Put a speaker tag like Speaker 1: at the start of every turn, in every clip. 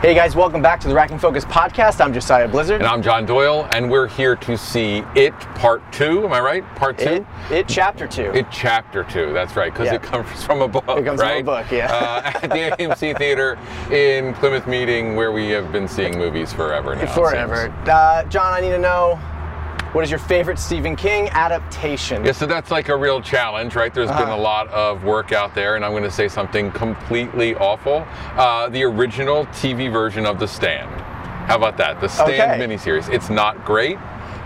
Speaker 1: Hey guys, welcome back to the Rack and Focus podcast. I'm Josiah Blizzard.
Speaker 2: And I'm John Doyle, and we're here to see It Part 2. Am I right? Part 2?
Speaker 1: it, it chapter two.
Speaker 2: It Chapter 2, that's right, because
Speaker 1: Yeah.
Speaker 2: it comes from a book.
Speaker 1: It comes from a
Speaker 2: right?
Speaker 1: book, yeah.
Speaker 2: Uh, at the AMC Theater in Plymouth Meeting, where we have been seeing movies forever now. it
Speaker 1: Forever.
Speaker 2: seems.
Speaker 1: Uh, John, I need to know what is your favorite Stephen King adaptation?
Speaker 2: Yeah, so that's like a real challenge, right? There's been a
Speaker 1: Uh-huh.
Speaker 2: lot of work out there, and I'm going to say something completely awful. Uh, the original TV version of The Stand. How about that? The Stand
Speaker 1: Okay.
Speaker 2: miniseries. It's not great,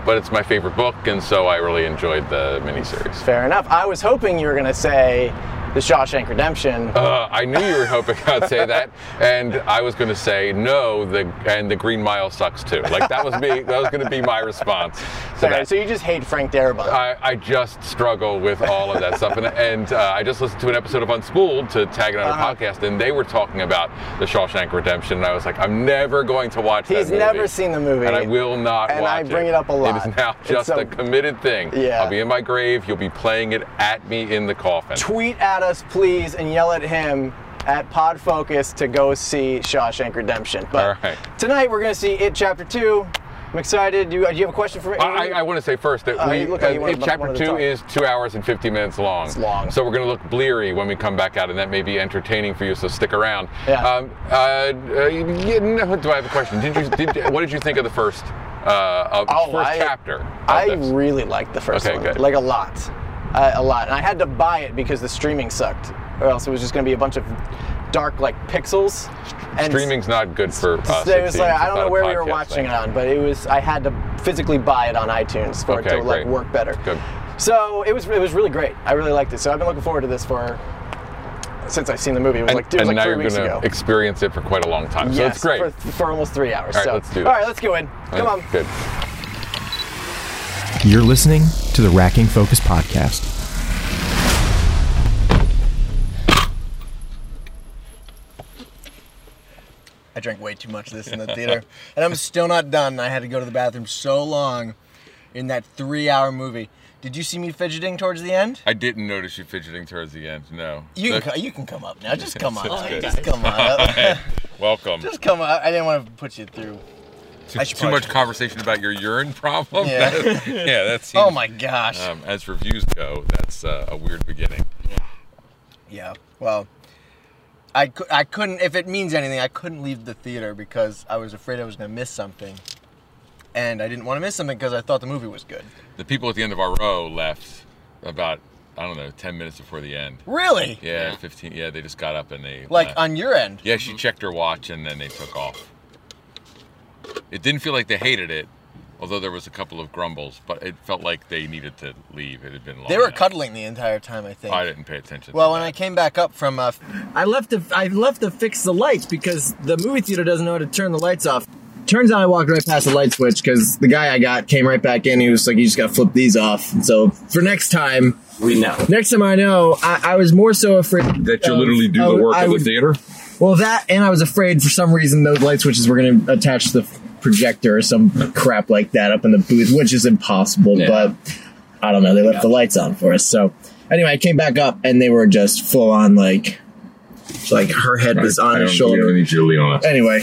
Speaker 2: but it's my favorite book, and so I really enjoyed the miniseries.
Speaker 1: Fair enough. I was hoping you were going to say The Shawshank Redemption.
Speaker 2: Uh, I knew you were hoping I'd say that, and I was going to say no. The and the Green Mile sucks too. Like that was me. That was going to be my response. So
Speaker 1: Fair.
Speaker 2: that, Oh,
Speaker 1: so you just hate Frank Darabont.
Speaker 2: I, I just struggle with all of that stuff, and, and uh, I just listened to an episode of Unspooled to tag it on
Speaker 1: Uh-huh.
Speaker 2: a podcast, and they were talking about the Shawshank Redemption, and I was like, I'm never going to watch. that
Speaker 1: He's
Speaker 2: movie.
Speaker 1: never seen the movie.
Speaker 2: and I will not
Speaker 1: And I
Speaker 2: watch
Speaker 1: bring it up a lot.
Speaker 2: It is now
Speaker 1: It's
Speaker 2: just
Speaker 1: a-
Speaker 2: a committed thing.
Speaker 1: Yeah.
Speaker 2: I'll be in my grave. You'll be playing it at me in the coffin.
Speaker 1: Tweet at us, please, and yell at him at Pod Focus to go see Shawshank Redemption. But
Speaker 2: All right.
Speaker 1: tonight we're going to see It Chapter Two. I'm excited. Do you, do you have a question for me?
Speaker 2: I, I want to say first that
Speaker 1: Uh,
Speaker 2: we,
Speaker 1: you look like you
Speaker 2: uh,
Speaker 1: wanna
Speaker 2: if
Speaker 1: bump one
Speaker 2: chapter
Speaker 1: at a
Speaker 2: two
Speaker 1: time.
Speaker 2: is two hours and 50 minutes long.
Speaker 1: It's long.
Speaker 2: So we're going to look bleary when we come back out, and that may be entertaining for you, so stick around.
Speaker 1: Yeah.
Speaker 2: Um, uh, uh, yeah, no, do I have a question? Did you, did, you- what did you think of the first, uh, of
Speaker 1: Oh,
Speaker 2: first
Speaker 1: I-
Speaker 2: chapter? of
Speaker 1: I
Speaker 2: this?
Speaker 1: really liked the first
Speaker 2: Okay,
Speaker 1: one,
Speaker 2: good.
Speaker 1: like a lot, uh, a lot. And I had to buy it because the streaming sucked, or else it was just going to be a bunch of dark like pixels. And
Speaker 2: Streaming's not good for us.
Speaker 1: So it was like
Speaker 2: seems.
Speaker 1: I
Speaker 2: It's
Speaker 1: don't know
Speaker 2: not a
Speaker 1: where we were
Speaker 2: podcast
Speaker 1: watching
Speaker 2: thing.
Speaker 1: it on, but it was I had to physically buy it on iTunes for it
Speaker 2: Okay,
Speaker 1: to like
Speaker 2: great.
Speaker 1: work better.
Speaker 2: Good.
Speaker 1: So it was it was really great. I really liked it. So I've been looking forward to this for since I've seen the movie. It was
Speaker 2: And,
Speaker 1: like, it was
Speaker 2: and
Speaker 1: like
Speaker 2: now
Speaker 1: three
Speaker 2: you're
Speaker 1: weeks
Speaker 2: gonna
Speaker 1: ago.
Speaker 2: experience it for quite a long time. so
Speaker 1: yes,
Speaker 2: it's great.
Speaker 1: For, for almost three hours.
Speaker 2: All right,
Speaker 1: so
Speaker 2: let's do
Speaker 1: all
Speaker 2: this.
Speaker 1: right, let's go in.
Speaker 2: All
Speaker 1: Come
Speaker 2: right,
Speaker 1: on.
Speaker 2: Good.
Speaker 3: You're listening to the Racking Focus Podcast.
Speaker 1: I drank way too much of this in the theater, and I'm still not done. I had to go to the bathroom so long in that three-hour movie. Did you see me fidgeting towards the end?
Speaker 2: I didn't notice you fidgeting towards the end. No.
Speaker 1: You can,
Speaker 2: Look,
Speaker 1: co- you can come up now. Just come on.
Speaker 2: It's
Speaker 1: up.
Speaker 2: good.
Speaker 1: Just come on. Up.
Speaker 2: welcome.
Speaker 1: Just come up. I didn't want to put you through.
Speaker 2: too,
Speaker 1: I should
Speaker 2: too much
Speaker 1: probably-
Speaker 2: conversation about your urine problem.
Speaker 1: Yeah.
Speaker 2: That- yeah, that seems.
Speaker 1: Oh my gosh.
Speaker 2: Um, as reviews go, that's uh, a weird beginning.
Speaker 1: Yeah. Well, I, cou- I couldn't, if it means anything, I couldn't leave the theater because I was afraid I was going to miss something. And I didn't want to miss something because I thought the movie was good.
Speaker 2: The people at the end of our row left about I don't know ten minutes before the end.
Speaker 1: Really?
Speaker 2: Yeah, fifteen. Yeah, they just got up and they
Speaker 1: Like
Speaker 2: left.
Speaker 1: on your end?
Speaker 2: Yeah, she checked her watch and then they took off. It didn't feel like they hated it, although there was a couple of grumbles. But it felt like they needed to leave. It had been long.
Speaker 1: They were
Speaker 2: enough.
Speaker 1: cuddling the entire time, I think.
Speaker 2: I didn't pay attention.
Speaker 1: Well,
Speaker 2: to
Speaker 1: when
Speaker 2: that.
Speaker 1: I came back up from, uh,
Speaker 4: I left to I left to fix the lights because the movie theater doesn't know how to turn the lights off. Turns out I walked right past the light switch because the guy I got came right back in. He was like, "You just got to flip these off." So for next time,
Speaker 5: We know.
Speaker 4: next time I know, I, I was more so afraid
Speaker 6: that you
Speaker 4: of-
Speaker 6: literally do
Speaker 4: I
Speaker 6: the
Speaker 4: w-
Speaker 6: work
Speaker 4: I
Speaker 6: of the
Speaker 4: would-
Speaker 6: theater.
Speaker 4: Well, that and I was afraid for some reason those light switches were going to attach to the projector or some crap like that up in the booth, which is impossible.
Speaker 6: Yeah.
Speaker 4: But I don't know. They left the lights on for us. So anyway, I came back up and they were just full on like, like her head was on
Speaker 6: I
Speaker 4: his
Speaker 6: don't, you
Speaker 4: shoulder.
Speaker 6: don't need you to lean on us.
Speaker 4: Anyway,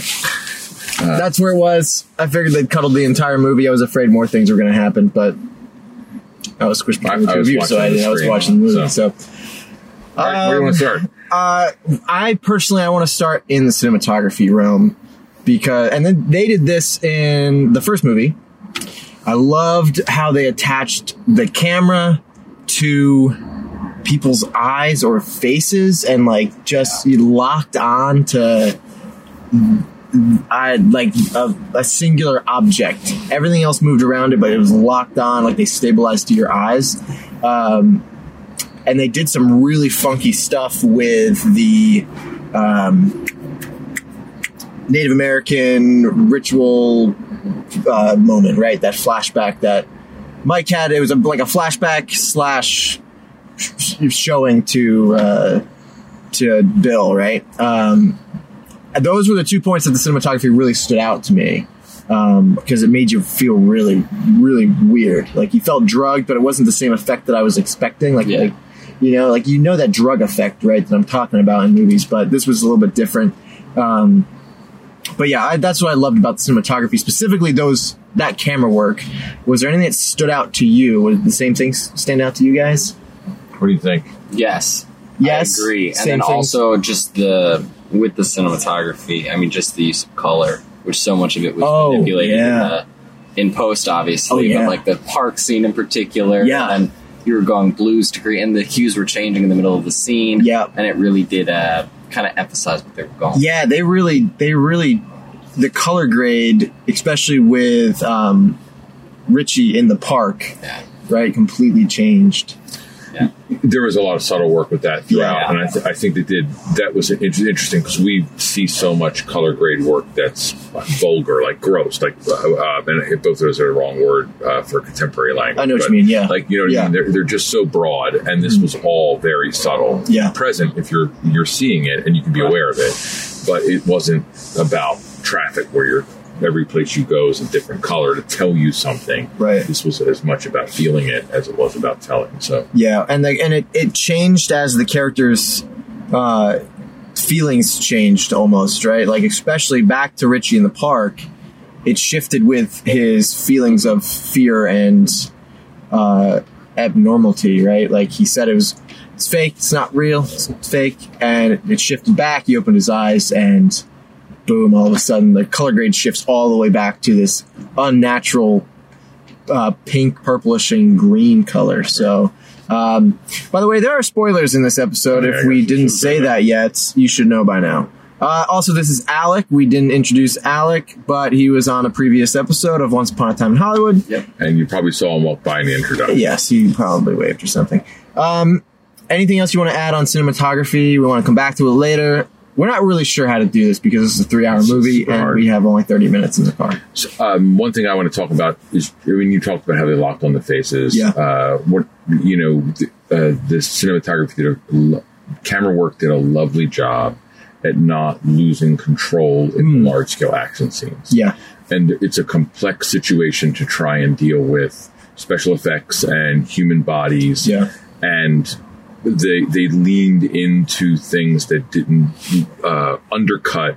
Speaker 4: that's where it was. I figured they'd cuddled the entire movie. I was afraid more things were going to happen, but I was squished
Speaker 6: I-
Speaker 4: between
Speaker 6: I
Speaker 4: two of
Speaker 6: was
Speaker 4: you, so
Speaker 6: watching
Speaker 4: I,
Speaker 6: the
Speaker 4: I was
Speaker 6: screen,
Speaker 4: watching the movie.
Speaker 6: so-
Speaker 4: so
Speaker 6: All right, where do you
Speaker 1: um,
Speaker 6: want to start?
Speaker 4: I personally I want to start in the cinematography realm because and then they did this in the first movie. I loved how they attached the camera to people's eyes or faces and like just you locked on to mm, I like a, a singular object. Everything else moved around it, but it was locked on like they stabilized to your eyes. Um, and they did some really funky stuff with the um, Native American ritual uh, moment, right? That flashback that Mike had. It was a, like a flashback slash sh- showing to uh, to Bill, right? Um, and those were the two points that the cinematography really stood out to me um, because it made you feel really, really weird. Like you felt drugged, but it wasn't the same effect that I was expecting. Like,
Speaker 5: Yeah.
Speaker 4: like you know, like you know that drug effect, right? That I'm talking about in movies, but this was a little bit different. Um, but yeah, I, that's what I loved about the cinematography, specifically those that camera work. Was there anything that stood out to you? Would the same things stand out to you guys?
Speaker 2: What do you think?
Speaker 5: Yes.
Speaker 4: Yes,
Speaker 5: I agree. And
Speaker 4: same
Speaker 5: then
Speaker 4: things.
Speaker 5: also just the with the cinematography. I mean, just the use of color, which so much of it was
Speaker 4: Oh,
Speaker 5: manipulated
Speaker 4: yeah.
Speaker 5: in, the, in post, obviously.
Speaker 4: Oh, yeah.
Speaker 5: But like the park scene in particular,
Speaker 4: Yeah.
Speaker 5: And then you were going blues to green, and the hues were changing in the middle of the scene.
Speaker 4: Yeah.
Speaker 5: and it really did uh, kind of emphasize what they were going.
Speaker 4: Yeah, they really, they really, the color grade, especially with um, Richie in the park,
Speaker 5: Yeah.
Speaker 4: right, completely changed.
Speaker 2: there was a lot of subtle work with that throughout,
Speaker 4: Yeah.
Speaker 2: and I, th- I think they did. That was inter- interesting because we see so much color grade work that's vulgar, like gross, like uh, uh, and both of those are the wrong word uh, for contemporary language.
Speaker 4: I know what
Speaker 2: but,
Speaker 4: you mean, yeah.
Speaker 2: like you know, what
Speaker 4: Yeah. Hmm.
Speaker 2: I mean? They're, they're just so broad, and this was all very subtle,
Speaker 4: Yeah.
Speaker 2: present if you're you're seeing it and you can be aware of it, but it wasn't about traffic where you're. Every place you go is a different color to tell you something.
Speaker 4: Right.
Speaker 2: This was as much about feeling it as it was about telling. So
Speaker 4: Yeah, and the, and it, it changed as the characters' uh, feelings changed almost, right? Like especially back to Richie in the park, it shifted with his feelings of fear and uh, abnormality, right? Like he said, it was it's fake, it's not real, it's fake, and it shifted back. He opened his eyes and. Boom! All of a sudden, the color grade shifts all the way back to this unnatural uh, pink, purplish, and green color. So, um, by the way, there are spoilers in this episode.
Speaker 2: Yeah,
Speaker 4: if
Speaker 2: I
Speaker 4: we
Speaker 2: guess you
Speaker 4: didn't
Speaker 2: should
Speaker 4: say
Speaker 2: say that.
Speaker 4: that yet, you should know by now. Uh, also, this is Alec. We didn't introduce Alec, but he was on a previous episode of Once Upon a Time in Hollywood.
Speaker 2: and you probably saw him walk by in the introduction.
Speaker 4: Yes, you probably waved or something. Um, anything else you want to add on cinematography? We want to come back to it later. We're not really sure how to do this because this is a three-hour movie
Speaker 2: super
Speaker 4: and
Speaker 2: hard.
Speaker 4: we have only thirty minutes in the car.
Speaker 2: um, one thing I want to talk about is I mean you talked about how they locked on the faces.
Speaker 4: Yeah.
Speaker 2: Uh, what you know, the, uh, the cinematography did a lo- camera work did a lovely job at not losing control in large scale action scenes.
Speaker 4: Yeah,
Speaker 2: And it's a complex situation to try and deal with special effects and human bodies.
Speaker 4: Yeah.
Speaker 2: And they they leaned into things that didn't uh, undercut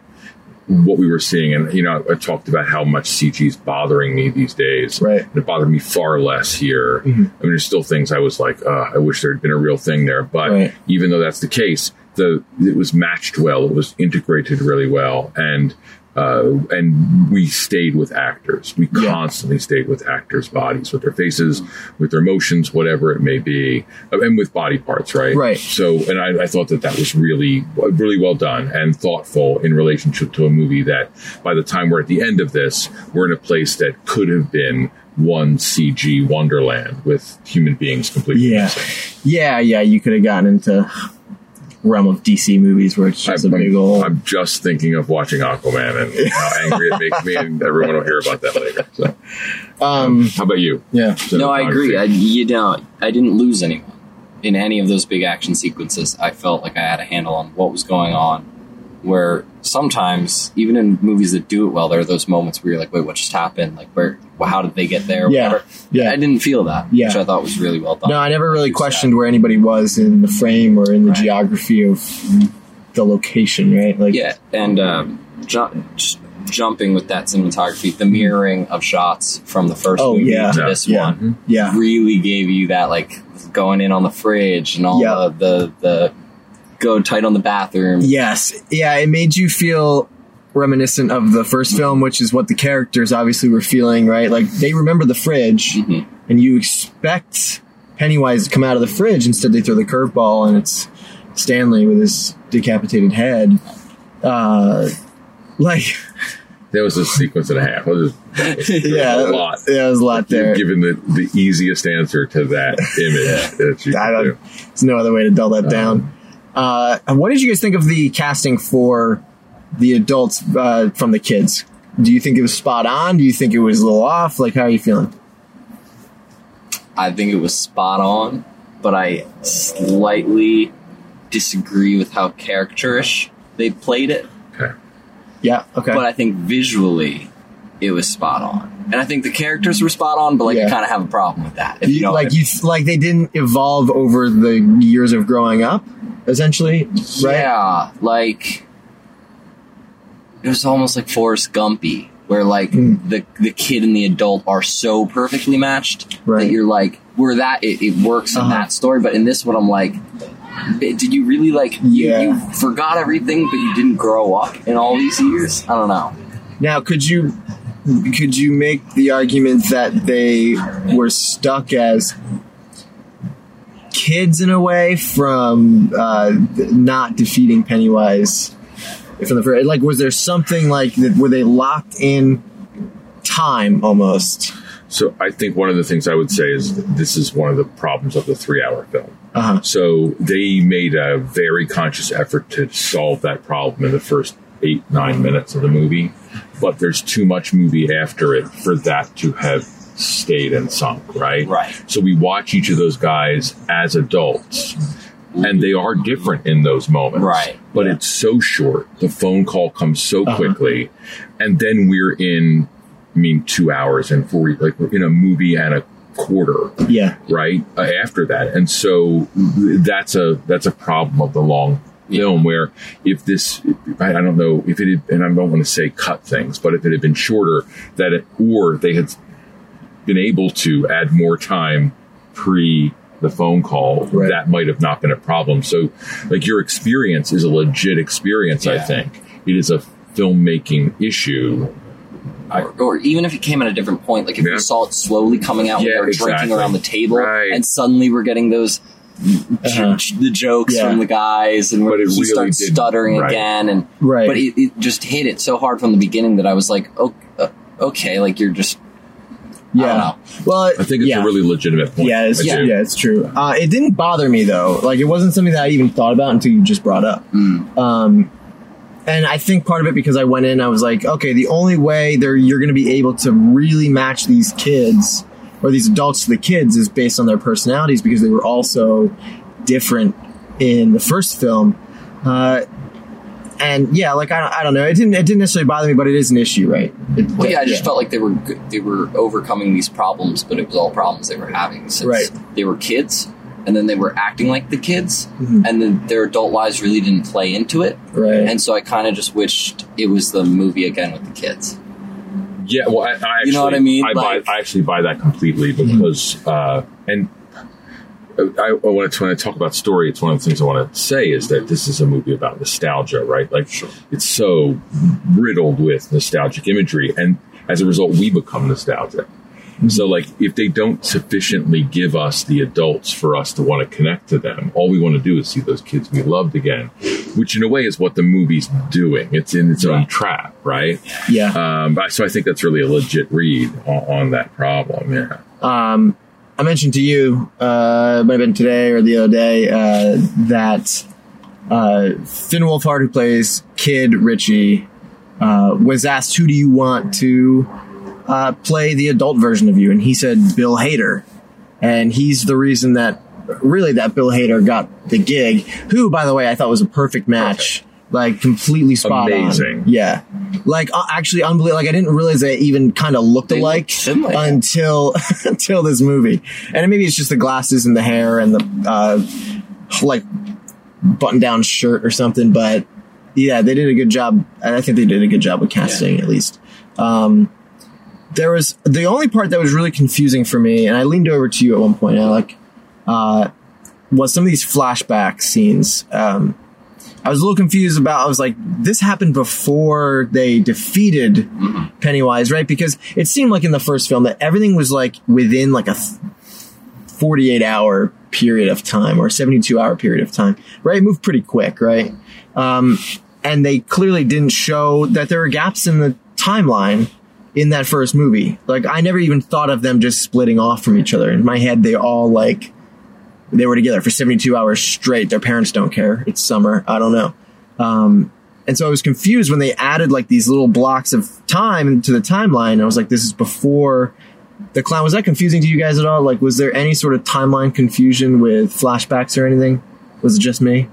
Speaker 2: what we were seeing. And, you know, I, I talked about how much CG is bothering me these days.
Speaker 4: Right. Mm-hmm.
Speaker 2: And it bothered me far less here. I mean, there's still things I was like, uh, I wish there had been a real thing there. But
Speaker 4: Right.
Speaker 2: even though that's the case, the it was matched well. It was integrated really well. And, uh, and we stayed with actors. We
Speaker 4: Yeah.
Speaker 2: constantly stayed with actors' bodies, with their faces, with their motions, whatever it may be, and with body parts, right?
Speaker 4: Right.
Speaker 2: So, and I, I thought that that was really, really well done and thoughtful in relationship to a movie that by the time we're at the end of this, we're in a place that could have been one CG wonderland with human beings completely.
Speaker 4: yeah, yeah, yeah. You could have gotten into realm of DC movies where it's just a
Speaker 2: I'm,
Speaker 4: big old.
Speaker 2: I'm just thinking of watching Aquaman and how angry it makes me, and everyone will hear about that later. So,
Speaker 4: um,
Speaker 2: how about you?
Speaker 4: yeah.
Speaker 5: No, I agree. I,
Speaker 2: Cinematography.
Speaker 5: you know, I didn't lose anyone in any of those big action sequences. I felt like I had a handle on what was going on. Where sometimes, even in movies that do it well, there are those moments where you're like, "Wait, what just happened? Like, where? Well, how did they get there?
Speaker 4: Yeah,
Speaker 5: Whatever."
Speaker 4: yeah.
Speaker 5: I didn't feel that,
Speaker 4: Yeah.
Speaker 5: which I thought was really well done.
Speaker 4: No, I never really
Speaker 5: Sad.
Speaker 4: questioned where anybody was in the frame or in the
Speaker 5: Right.
Speaker 4: geography of the location, right? Like,
Speaker 5: Yeah, and um, ju- j- jumping with that cinematography, the mirroring of shots from the first
Speaker 4: Oh,
Speaker 5: movie
Speaker 4: yeah.
Speaker 5: to this
Speaker 4: Yeah.
Speaker 5: one,
Speaker 4: yeah.
Speaker 5: really gave you that like going in on the fridge and all
Speaker 4: Yeah.
Speaker 5: the, the the go tight on the bathroom.
Speaker 4: Yes. Yeah, it made you feel reminiscent of the first film, which is what the characters obviously were feeling, right? Like they remember the fridge and you expect Pennywise to come out of the fridge. Instead they throw the curveball and it's Stanley with his decapitated head. Uh like
Speaker 2: There was a sequence and a half. It was- it was
Speaker 4: yeah,
Speaker 2: a lot.
Speaker 4: yeah, there's a lot there.
Speaker 2: You've given the, the easiest answer to that image that you
Speaker 4: I
Speaker 2: can do.
Speaker 4: don't, there's no other way to dull that
Speaker 5: Uh-huh.
Speaker 4: down. Uh, and what did you guys think of the casting for the adults uh, from the kids? Do you think it was spot on? Do you think it was a little off? Like, how are you feeling?
Speaker 5: I think it was spot on, but I slightly disagree with how characterish they played it.
Speaker 2: Okay.
Speaker 4: Yeah. Okay.
Speaker 5: But I think visually, it was spot on, and I think the characters were spot on. But like,
Speaker 4: Yeah.
Speaker 5: I kind of have a problem with that. If
Speaker 4: You-
Speaker 5: you know what
Speaker 4: like
Speaker 5: I
Speaker 4: you, like they didn't evolve over the years of growing up, essentially, right?
Speaker 5: Yeah, like it was almost like Forrest Gumpy, where like
Speaker 4: Hmm.
Speaker 5: the the kid and the adult are so perfectly matched
Speaker 4: Right.
Speaker 5: that you're like, where that it, it works in
Speaker 4: Uh-huh.
Speaker 5: that story, but in this one, I'm like, "B- did you really like you,
Speaker 4: Yeah.
Speaker 5: you forgot everything, but you didn't grow up in all these years? I don't know.
Speaker 4: Now, could you could you make the argument that they were stuck as kids in a way from uh, not defeating Pennywise from the first? Like, was there something like that? Were they locked in time almost?
Speaker 2: So I think one of the things I would say is that this is one of the problems of the three-hour film.
Speaker 4: Uh-huh.
Speaker 2: So they made a very conscious effort to solve that problem in the first eight nine minutes of the movie, but there's too much movie after it for that to have stayed and sunk. Right.
Speaker 5: Right.
Speaker 2: So we watch each of those guys as adults. And they are different in those moments.
Speaker 5: Right.
Speaker 2: But it's so short. The phone call comes so quickly. And then we're in I mean, two hours and 40, like we're in a movie and a quarter,
Speaker 4: Yeah.
Speaker 2: right? Uh, after that. And so that's a, that's a problem of the long film where if this, I I don't know if it had, and I don't want to say cut things, but if it had been shorter that it, or they had been able to add more time pre the phone call,
Speaker 4: Right.
Speaker 2: that might have not been a problem. So like your experience is a legit experience, I
Speaker 5: Yeah.
Speaker 2: think. It is a filmmaking issue.
Speaker 5: or, or even if it came at a different point, like if
Speaker 2: Yeah.
Speaker 5: we saw it slowly coming out, when
Speaker 2: Yeah,
Speaker 5: they were
Speaker 2: exactly.
Speaker 5: drinking around the table,
Speaker 2: Right.
Speaker 5: and suddenly we're getting those
Speaker 4: Uh-huh.
Speaker 5: the jokes
Speaker 4: Yeah.
Speaker 5: from the guys, and
Speaker 2: But
Speaker 5: we're,
Speaker 2: it
Speaker 5: he
Speaker 2: really
Speaker 5: starts
Speaker 2: didn't.
Speaker 5: stuttering
Speaker 2: Right.
Speaker 5: again, and
Speaker 4: Right.
Speaker 5: but it, it just hit it so hard from the beginning that I was like, oh, uh, okay, like you're just
Speaker 4: Yeah.
Speaker 5: know.
Speaker 4: Well,
Speaker 2: I think it's
Speaker 4: yeah.
Speaker 2: a really legitimate point.
Speaker 4: Yeah, it's,
Speaker 2: I
Speaker 4: yeah.
Speaker 2: do.
Speaker 4: it's true. Uh, it didn't bother me though. Like it wasn't something that I even thought about until you just brought up. Um, and I think part of it because I went in, I was like, okay, the only way there you're going to be able to really match these kids or these adults to the kids is based on their personalities because they were all so different in the first film. Uh, and yeah, like I, don't- I don't know, it didn't it didn't necessarily bother me, but it is an issue, right? It-
Speaker 5: well, yeah, I just felt like they were g- they were overcoming these problems, but it was all problems they were having since
Speaker 4: Right.
Speaker 5: they were kids, and then they were acting like the kids, and then their adult lives really didn't play into it,
Speaker 4: Mm-hmm. Right.
Speaker 5: And so I kind of just wished it was the movie again with the kids.
Speaker 2: Yeah, well, I, I actually,
Speaker 5: You know what I mean?
Speaker 2: I,
Speaker 5: Like- Mm-hmm.
Speaker 2: buy, I actually buy that completely because, uh, and I, I want to when I talk about story, it's one of the things I want to say is that this is a movie about nostalgia, right? Like, it's so riddled with nostalgic imagery, and as a result, we become nostalgic.
Speaker 5: Mm-hmm.
Speaker 2: So, like, if they don't sufficiently give us the adults for us to want to connect to them, all we want to do is see those kids we loved again, which in a way is what the movie's doing. It's in its own trap, right?
Speaker 4: yeah.
Speaker 2: Um, but- so I think that's really a legit read on, on that problem. Yeah.
Speaker 4: um, I mentioned to you, uh, it might have been today or the other day, uh, that uh, Finn Wolfhard, who plays Kid Richie, uh, was asked, "Who do you want to uh, play the adult version of you?" And he said, "Bill Hader," and he's the reason that really that Bill Hader got the gig. Who, by the way, I thought was a perfect match. Like completely spot
Speaker 2: Amazing.
Speaker 4: on, yeah. Like uh, actually unbelievable. Like I didn't realize they even kind of looked
Speaker 5: They
Speaker 4: alike
Speaker 5: looked similar.
Speaker 4: until until this movie. And maybe it's just the glasses and the hair and the uh, like button down shirt or something. But yeah, they did a good job. And I think they did a good job with casting at least. Um, there was the only part that was really confusing for me, and I leaned over to you at one point, Alec, uh, was some of these flashback scenes. Um, I was a little confused about. I was like, this happened before they defeated Pennywise, right? Because it seemed like in the first film that everything was like within like a th- 48 hour period of time or 72 hour period of time, right? It moved pretty quick, right? Um, and they clearly didn't show that there were gaps in the timeline in that first movie. Like, I never even thought of them just splitting off from each other. In my head, they all like, they were together for 72 hours straight. Their parents don't care. It's summer. I don't know. Um, and so I was confused when they added like these little blocks of time into the timeline. I was like, this is before the clown. Was that confusing to you guys at all? Like, was there any sort of timeline confusion with flashbacks or anything? Was it just me?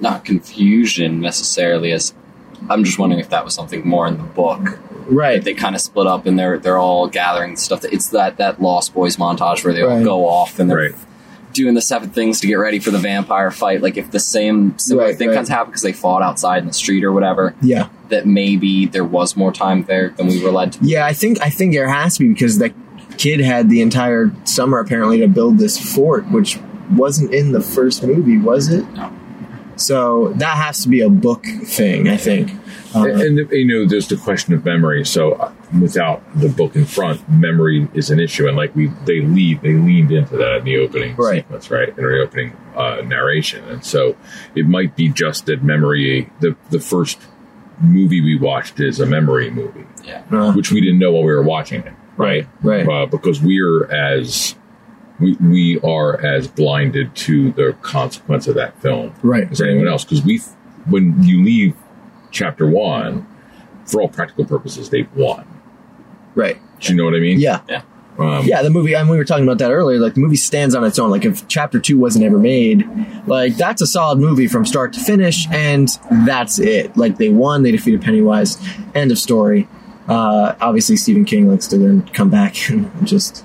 Speaker 5: Not confusion necessarily, as I'm just wondering if that was something more in the book.
Speaker 4: Right.
Speaker 5: They kind of split up and they're they're all gathering stuff. It's that that Lost Boys montage where they all
Speaker 4: Right.
Speaker 5: go off and they're
Speaker 2: Right.
Speaker 5: doing the seven things to get ready for the vampire fight, like if the same similar
Speaker 4: Right,
Speaker 5: thing
Speaker 4: right.
Speaker 5: comes happen because they fought outside in the street or whatever,
Speaker 4: Yeah.
Speaker 5: that maybe there was more time there than we were led to.
Speaker 4: Yeah, I think I think there has to be because that kid had the entire summer apparently to build this fort, which wasn't in the first movie, was it?
Speaker 5: No.
Speaker 4: So that has to be a book thing, I think. Uh,
Speaker 2: and, and, you know, there's the question of memory. So uh, without the book in front, memory is an issue, and like we, they lead, they leaned into that in the opening
Speaker 4: Right.
Speaker 2: sequence, right, in the opening uh, narration, and so it might be just that memory. The the first movie we watched is a memory movie,
Speaker 5: Yeah.
Speaker 4: uh,
Speaker 2: which we didn't know while we were watching it, right?
Speaker 4: Right.
Speaker 2: Uh, because we're as we, we are as blinded to the consequence of that film
Speaker 4: right.
Speaker 2: as anyone else because we when you leave chapter one for all practical purposes they've won
Speaker 4: Right.
Speaker 2: do you know what i mean
Speaker 4: Yeah.
Speaker 2: um,
Speaker 4: Yeah, the movie, and we were talking about that earlier. Like, the movie stands on its own. Like, if Chapter Two wasn't ever made, like that's a solid movie from start to finish, and that's it. Like, they won, they defeated Pennywise. End of story. Uh, obviously, Stephen King likes to then come back and just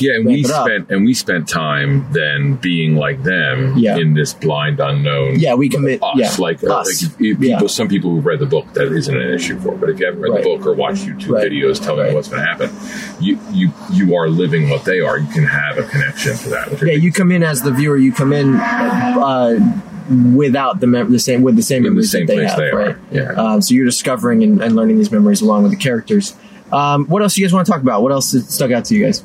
Speaker 2: yeah and
Speaker 4: Ramp
Speaker 2: we
Speaker 4: it up.
Speaker 2: spent and we spent time then being like them
Speaker 4: Yeah.
Speaker 2: in this blind unknown
Speaker 4: yeah, we commit.
Speaker 2: us
Speaker 4: yeah,
Speaker 2: like, uh,
Speaker 4: us.
Speaker 2: like if people
Speaker 4: Yeah.
Speaker 2: some people who read the book that isn't an issue for but if you haven't read
Speaker 4: Right.
Speaker 2: the book or watched youtube
Speaker 4: Right.
Speaker 2: videos telling
Speaker 4: Right.
Speaker 2: you what's going to happen you you you are living what they are you can have a connection to that which I
Speaker 4: yeah,
Speaker 2: think
Speaker 4: you come in as the viewer. You come in uh, without the, mem- the same with the same
Speaker 2: In the
Speaker 4: memories
Speaker 2: same
Speaker 4: that they
Speaker 2: place
Speaker 4: have.
Speaker 2: they are,
Speaker 4: right?
Speaker 2: yeah.
Speaker 4: Um, so you're discovering and, and learning these memories along with the characters. Um, what else do you guys want to talk about? What else stuck out to you guys?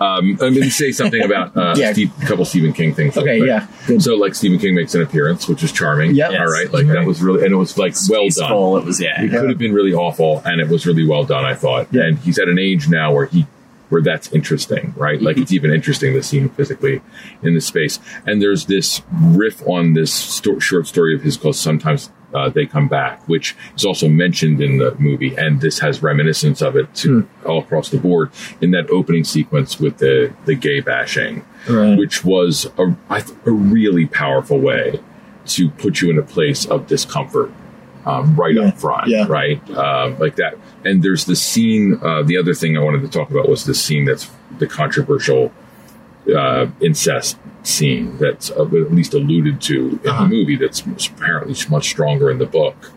Speaker 2: Um, I'm going to say something about uh,
Speaker 4: Yeah.
Speaker 2: Steve, a couple Stephen King things. real
Speaker 4: Okay,
Speaker 2: quick.
Speaker 4: yeah, good.
Speaker 2: So like Stephen King makes an appearance, which is charming.
Speaker 4: Yep.
Speaker 2: All
Speaker 5: Yes.
Speaker 2: right. Like that was really, and it was like well done.
Speaker 5: Peaceful, It was yeah.
Speaker 2: It could have been really awful, and it was really well done. I thought.
Speaker 4: Yeah.
Speaker 2: And he's at an age now where he, where that's interesting, right? Like it's even interesting to see him physically in this space. And there's this riff on this sto- short story of his called "Sometimes." Uh, they come back, which is also mentioned in the movie, and this has reminiscence of it to,
Speaker 4: Hmm.
Speaker 2: all across the board in that opening sequence with the the gay bashing
Speaker 4: Right.
Speaker 2: which was a, I th- a really powerful way to put you in a place of discomfort um, right
Speaker 4: Yeah,
Speaker 2: up front,
Speaker 4: yeah.
Speaker 2: right? Um, like that. And there's the scene. Uh, the other thing I wanted to talk about was the scene that's the controversial uh, incest scene that's uh, at least alluded to in
Speaker 4: Uh-huh.
Speaker 2: the movie. That's apparently much stronger in the book,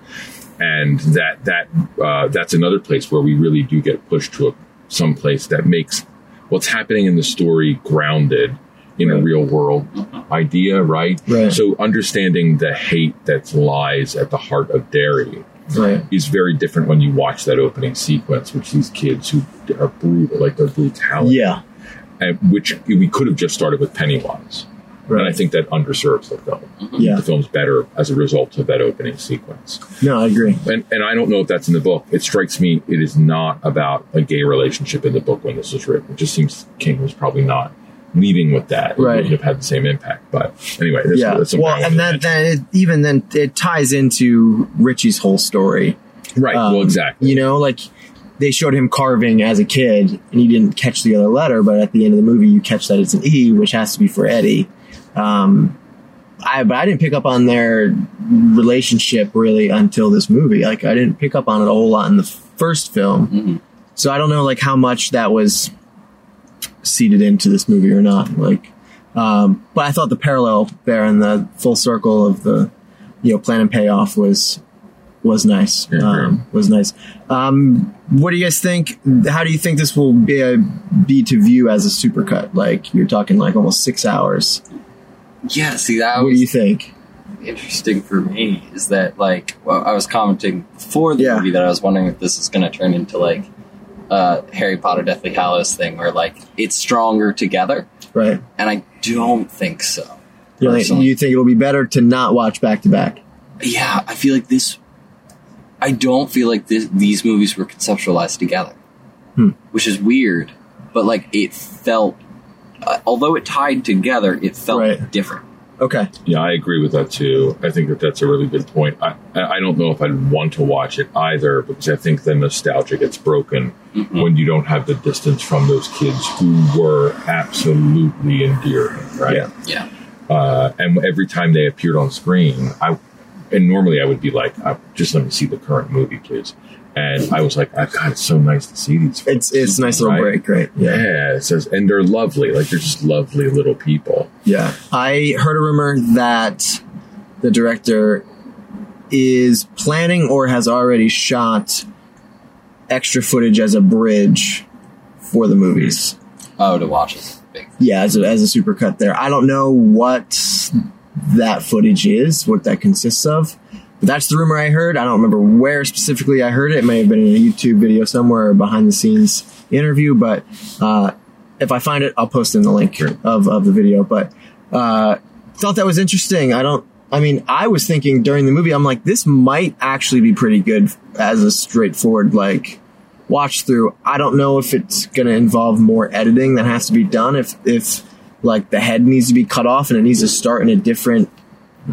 Speaker 2: and that that uh, that's another place where we really do get pushed to a, some place that makes what's happening in the story grounded in a real world idea, right?
Speaker 4: Right.
Speaker 2: So understanding the hate that lies at the heart of Derry
Speaker 4: Right.
Speaker 2: is very different when you watch that opening sequence, which these kids who are brutal, like their brutality,
Speaker 4: Yeah.
Speaker 2: and which we could have just started with Pennywise.
Speaker 4: Right.
Speaker 2: And I think that underserves the film.
Speaker 4: Yeah.
Speaker 2: The film's better as a result of that opening sequence.
Speaker 4: No, I agree.
Speaker 2: And, and I don't know if that's in the book. It strikes me it is not about a gay relationship in the book when this was written. It just seems King was probably not leading with that. It
Speaker 4: Right.
Speaker 2: wouldn't have had the same impact. But anyway, that's,
Speaker 4: yeah.
Speaker 2: that's something I
Speaker 4: well,
Speaker 2: wanted to
Speaker 4: and that,
Speaker 2: mention.
Speaker 4: that it, even then it ties into Richie's whole story.
Speaker 2: right. well,
Speaker 4: Um,
Speaker 2: exactly.
Speaker 4: You know, like they showed him carving as a kid, and he didn't catch the other letter. But at the end of the movie, you catch that it's an E, which has to be for Eddie. Um, I but I didn't pick up on their relationship really until this movie. Like I didn't pick up on it a whole lot in the first film, so I don't know like how much that was seeded into this movie or not. Like, um, but I thought the parallel there and the full circle of the you know plan and payoff was was nice. Um, was nice. Um, what do you guys think? How do you think this will be, uh, be to view as a supercut? Like you're talking like almost six hours.
Speaker 5: Yeah, see that
Speaker 4: What
Speaker 5: was
Speaker 4: do you think?
Speaker 5: interesting for me is that like well, I was commenting before the
Speaker 4: Yeah.
Speaker 5: movie that I was wondering if this is going to turn into like uh, Harry Potter Deathly Hallows thing where like it's stronger together,
Speaker 4: Right.
Speaker 5: and I don't think so.
Speaker 4: You think-
Speaker 5: Personally.
Speaker 4: you think it'll be better to not watch back to back?
Speaker 5: Yeah, I feel like this. I don't feel like this, these movies were conceptualized together,
Speaker 4: Hmm.
Speaker 5: which is weird. But like it felt, uh, although it tied together, it felt
Speaker 4: Right.
Speaker 5: different.
Speaker 4: Okay.
Speaker 2: Yeah, I agree with that too. I think that that's a really good point. I, I I don't know if I'd want to watch it either because I think the nostalgia gets broken when you don't have the distance from those kids who were absolutely endearing, right?
Speaker 4: Yeah.
Speaker 5: Yeah,
Speaker 2: uh, and every time they appeared on screen, I and normally I would be like, uh, just let me see the current movie, please. And I was like, oh, God, it's so nice to see these.
Speaker 4: It's it's a nice little
Speaker 2: Right.
Speaker 4: break, right?
Speaker 2: Yeah. it says, and they're lovely. Like they're just lovely little people.
Speaker 4: Yeah. I heard a rumor that the director is planning or has already shot extra footage as a bridge for the movies.
Speaker 5: Oh, to watch is big.
Speaker 4: Yeah, as a, as a supercut there. I don't know what that footage is, what that consists of. But that's the rumor I heard. I don't remember where specifically I heard it. It may have been in a YouTube video somewhere or behind the scenes interview, but uh, if I find it, I'll post in the link of, of the video. But uh, thought that was interesting. I don't. I mean, I was thinking during the movie, I'm like, this might actually be pretty good as a straightforward like watch through. I don't know if it's going to involve more editing that has to be done. If if like the head needs to be cut off and it needs to start in a different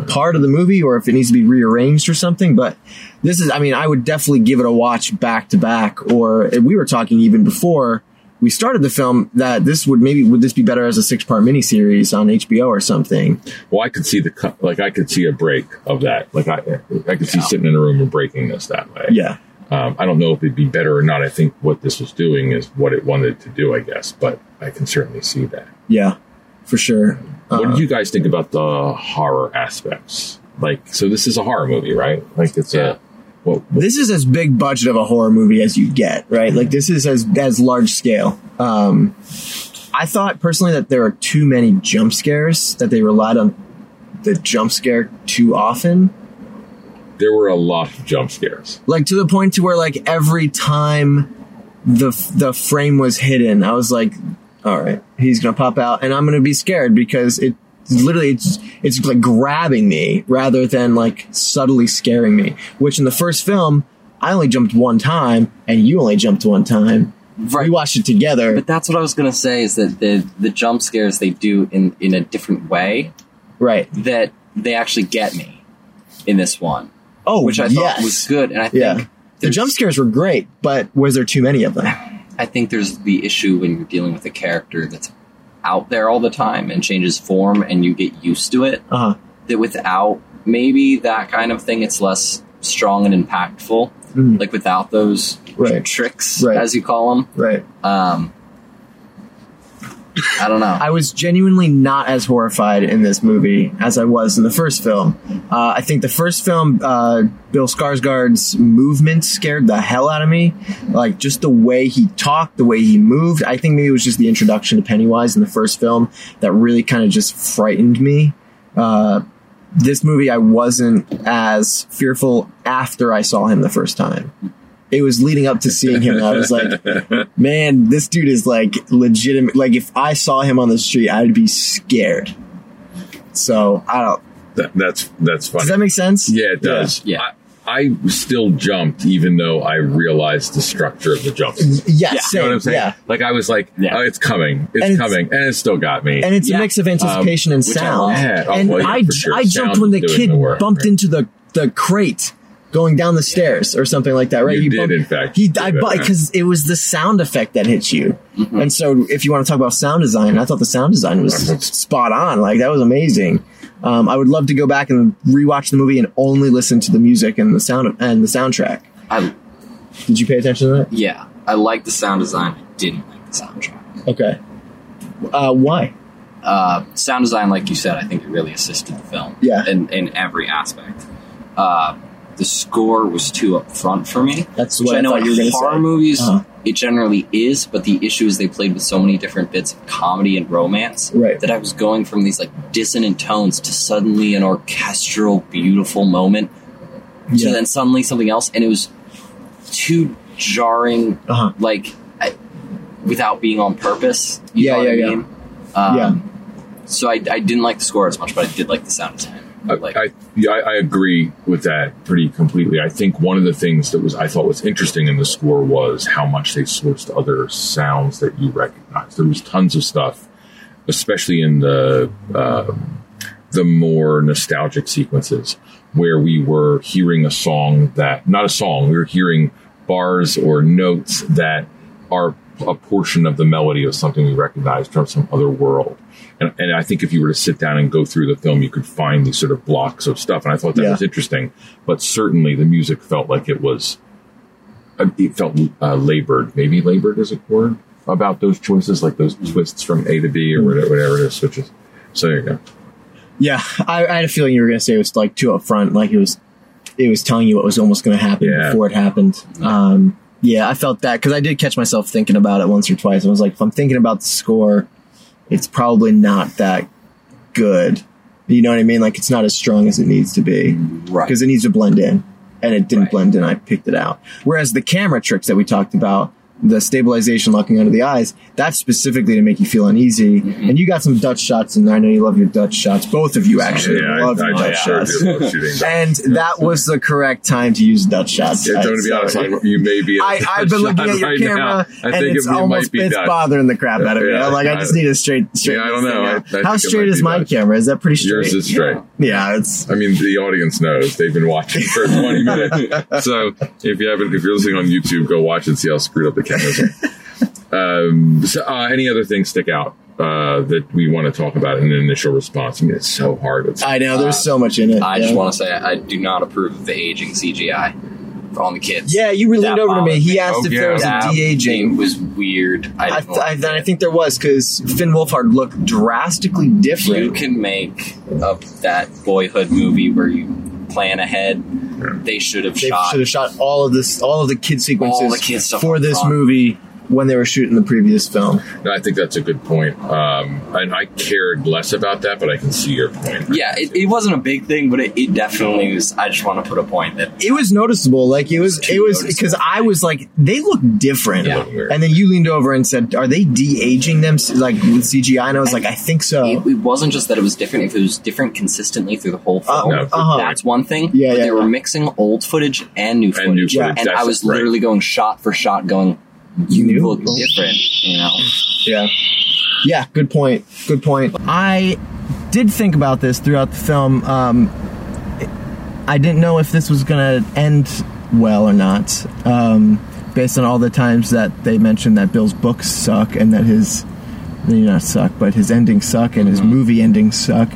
Speaker 4: part of the movie, or if it needs to be rearranged or something. But this is, I mean, I would definitely give it a watch back to back. Or and we were talking even before we started the film that this would maybe would this be better as a six part miniseries on HBO or something?
Speaker 2: Well, I could see the co- like I could see a break of that. Like I, I could see sitting in a room and breaking this that way.
Speaker 4: Yeah.
Speaker 2: Um, I don't know if it'd be better or not. I think what this was doing is what it wanted to do, I guess. But I can certainly see that.
Speaker 4: Yeah, for sure.
Speaker 2: what did you guys think about the horror aspects? Like, so this is a horror movie, right? Like, it's
Speaker 5: Yeah.
Speaker 2: a well,
Speaker 4: this is as big budget of a horror movie as you get, right? Like this is as as large scale. Um, I thought personally that there are too many jump scares that they relied on the jump scare too often.
Speaker 2: there were a lot of jump scares.
Speaker 4: Like to the point to where like every time the the frame was hidden, I was like, all right, he's gonna pop out, and I'm gonna be scared because it literally it's it's like grabbing me rather than like subtly scaring me. Which in the first film, I only jumped one time, and you only jumped one time.
Speaker 5: Right.
Speaker 4: We watched it together,
Speaker 5: But that's what I was gonna say is that the the jump scares they do in in a different way
Speaker 4: right?
Speaker 5: that they actually get me in this one,
Speaker 4: Oh,
Speaker 5: which I
Speaker 4: yes.
Speaker 5: thought was good. And I think
Speaker 4: Yeah, the jump scares were great, but was there too many of them?
Speaker 5: I think there's the issue when you're dealing with a character that's out there all the time and changes form and you get used to it.
Speaker 4: Uh huh.
Speaker 5: that without maybe that kind of thing, it's less strong and impactful. Like without those
Speaker 4: Mm-hmm. Right.
Speaker 5: tricks,
Speaker 4: Right.
Speaker 5: as you call them.
Speaker 4: Right.
Speaker 5: Um, I don't know.
Speaker 4: I was genuinely not as horrified in this movie as I was in the first film. Uh, I think the first film, uh, Bill Skarsgård's movement scared the hell out of me. Like just the way he talked, the way he moved. I think maybe it was just the introduction to Pennywise in the first film that really kind of just frightened me. Uh, this movie, I wasn't as fearful after I saw him the first time. It was leading up to seeing him. that I was like, man, this dude is like legitimate. Like if I saw him on the street, I'd be scared. So I don't.
Speaker 2: That, that's that's funny.
Speaker 4: Does that make sense?
Speaker 2: yeah, it does.
Speaker 5: Yeah.
Speaker 2: I, I still jumped, even though I realized the structure of the jump. You
Speaker 4: Yeah. yeah.
Speaker 2: know what I'm saying?
Speaker 4: Yeah.
Speaker 2: Like I was like,
Speaker 5: Yeah.
Speaker 2: oh, it's coming, it's
Speaker 4: And it's-
Speaker 2: coming, and it still got me.
Speaker 4: And it's
Speaker 5: Yeah.
Speaker 4: a mix of anticipation and
Speaker 5: which I
Speaker 4: sound.
Speaker 5: love.
Speaker 2: Yeah. Oh,
Speaker 4: and
Speaker 2: well, yeah,
Speaker 4: I,
Speaker 2: for sure.
Speaker 4: I jumped
Speaker 2: Sound
Speaker 4: when the
Speaker 2: doing
Speaker 4: kid
Speaker 2: the work,
Speaker 4: bumped
Speaker 2: right.
Speaker 4: into the the crate going down the stairs or something like that, right?
Speaker 2: You
Speaker 4: He
Speaker 2: did,
Speaker 4: bumped-
Speaker 2: in fact,
Speaker 4: He,
Speaker 2: do
Speaker 4: I
Speaker 2: that, Mm-hmm. right.
Speaker 4: because it was the sound effect that hit you. And so, if you want to talk about sound design, I thought the sound design was spot on. Like that was amazing. Um, I would love to go back and rewatch the movie and only listen to the music and the sound and the soundtrack.
Speaker 5: I,
Speaker 4: Did you pay attention to that?
Speaker 5: yeah, I like the sound design. I didn't like the soundtrack.
Speaker 4: Okay. Uh, why?
Speaker 5: Uh, sound design, like you said, I think it really assisted the film.
Speaker 4: Yeah.
Speaker 5: in, in every aspect. Uh, the score was too upfront for me.
Speaker 4: That's
Speaker 5: which
Speaker 4: what
Speaker 5: I
Speaker 4: I
Speaker 5: know
Speaker 4: thought
Speaker 5: in
Speaker 4: you were gonna
Speaker 5: horror
Speaker 4: say.
Speaker 5: movies
Speaker 4: Uh-huh.
Speaker 5: it generally is, but the issue is they played with so many different bits of comedy and romance
Speaker 4: Right.
Speaker 5: that I was going from these like dissonant tones to suddenly an orchestral, beautiful moment to
Speaker 4: Yeah.
Speaker 5: then suddenly something else, and it was too jarring,
Speaker 4: Uh-huh.
Speaker 5: like I, without being on purpose. You
Speaker 4: Yeah,
Speaker 5: know what
Speaker 4: yeah,
Speaker 5: I
Speaker 4: yeah.
Speaker 5: mean? Um,
Speaker 4: yeah.
Speaker 5: So I, I didn't like the score as much, but I did like the sound design.
Speaker 2: I,
Speaker 5: like,
Speaker 2: I, yeah, I, I agree with that pretty completely. I think one of the things that was I thought was interesting in the score was how much they sourced other sounds that you recognize. There was tons of stuff, especially in the uh, the more nostalgic sequences where we were hearing a song that not a song we were hearing bars or notes that are a portion of the melody of something we recognized from some other world. And, and I think if you were to sit down and go through the film, you could find these sort of blocks of stuff. And I thought that
Speaker 4: Yeah.
Speaker 2: was interesting. But certainly the music felt like it was, uh, it felt uh, labored. Maybe labored is a word about those choices, like those twists from A to B or whatever, whatever it is, switches. So there you go.
Speaker 4: Yeah, I, I had a feeling you were going to say it was like too upfront, like it was, it was telling you what was almost going to happen
Speaker 2: Yeah.
Speaker 4: before it happened. Um, yeah, I felt that because I did catch myself thinking about it once or twice. I was like, if I'm thinking about the score, it's probably not that good. You know what I mean? Like it's not as strong as it needs to be
Speaker 5: Right.
Speaker 4: because it needs to blend in, and it didn't
Speaker 5: Right.
Speaker 4: blend in. I picked it out. Whereas the camera tricks that we talked about, the stabilization locking under the eyes, that's specifically to make you feel uneasy. And you got some Dutch shots, and I know you love your Dutch shots. Both of you actually
Speaker 2: Mm-hmm. Yeah, I,
Speaker 4: love your
Speaker 2: I,
Speaker 4: Dutch
Speaker 2: sure
Speaker 4: shots.
Speaker 2: do love shooting.
Speaker 4: And that was the correct time to use Dutch shots.
Speaker 2: Yeah, Tony, to be
Speaker 4: So
Speaker 2: honest,
Speaker 4: it-
Speaker 2: I- you may be.
Speaker 4: I, I've been looking at your
Speaker 2: right
Speaker 4: camera,
Speaker 2: now.
Speaker 4: and
Speaker 2: I think
Speaker 4: it's
Speaker 2: it, it might
Speaker 4: almost
Speaker 2: be
Speaker 4: it's
Speaker 2: Dutch.
Speaker 4: bothering the crap out of me.
Speaker 2: Yeah,
Speaker 4: I'm like, I
Speaker 2: I-
Speaker 4: just need a straight, straight.
Speaker 2: Yeah, I
Speaker 4: this
Speaker 2: don't know.
Speaker 4: thing
Speaker 2: I- I
Speaker 4: out.
Speaker 2: think
Speaker 4: How
Speaker 2: it
Speaker 4: straight
Speaker 2: might
Speaker 4: is
Speaker 2: be
Speaker 4: my
Speaker 2: Dutch.
Speaker 4: camera? Is that pretty straight?
Speaker 2: Yours is straight.
Speaker 4: yeah, it's
Speaker 2: I mean, the audience knows they've been watching for 20 minutes. So if you haven't, if you're listening on YouTube, go watch and see how screwed up the cameras are. Um, so, uh, any other things stick out uh, that we want to talk about in an initial response? I mean, it's so hard. It's,
Speaker 4: I know there's so much in it.
Speaker 5: Uh, I
Speaker 4: yeah.
Speaker 5: just want to say I do not approve of the aging CGI on the kids.
Speaker 4: Yeah, you leaned
Speaker 5: That
Speaker 4: over to me.
Speaker 5: bothered
Speaker 4: He asked
Speaker 2: Oh,
Speaker 4: if there was
Speaker 5: That
Speaker 4: a de
Speaker 5: thing
Speaker 4: aging.
Speaker 5: was weird.
Speaker 4: I,
Speaker 5: I,
Speaker 4: th- I, and I think there was because Finn Wolfhard looked drastically
Speaker 5: you
Speaker 4: different.
Speaker 5: can make of that boyhood movie where you plan ahead. They should have
Speaker 4: They
Speaker 5: shot.
Speaker 4: should have shot all of this, all of the kid sequences
Speaker 5: All the kid stuff
Speaker 4: for
Speaker 5: up
Speaker 4: this
Speaker 5: front.
Speaker 4: movie when they were shooting the previous film.
Speaker 2: no, I think that's a good point. Um, and I cared less about that, but I can see your point.
Speaker 5: Yeah, it, it wasn't a big thing, but it, it definitely was. I just want to put a point that
Speaker 4: It was noticeable. Like it was,
Speaker 5: too
Speaker 4: it was because
Speaker 5: noticeable.
Speaker 4: I was like, they look different.
Speaker 5: Yeah.
Speaker 4: And then you leaned over and said, "Are they de aging them like with CGI?" And I was like, "I think so."
Speaker 5: it, it wasn't just that it was different. If it was different consistently through the whole film,
Speaker 2: No,
Speaker 4: uh-huh.
Speaker 5: that's one thing.
Speaker 4: Yeah,
Speaker 5: but
Speaker 4: yeah,
Speaker 5: they were
Speaker 4: yeah.
Speaker 5: mixing old footage and new footage,
Speaker 2: And new
Speaker 4: Yeah.
Speaker 2: footage.
Speaker 5: and
Speaker 2: that's
Speaker 5: I was
Speaker 2: right.
Speaker 5: literally going shot for shot, going, "You
Speaker 4: New
Speaker 5: look
Speaker 4: footage.
Speaker 5: different," you know.
Speaker 4: Yeah. Yeah, good point. Good point. I did think about this throughout the film. Um, I didn't know if this was going to end well or not, um, based on all the times that they mentioned that Bill's books suck and that his, they not suck, but his endings suck and his movie endings suck.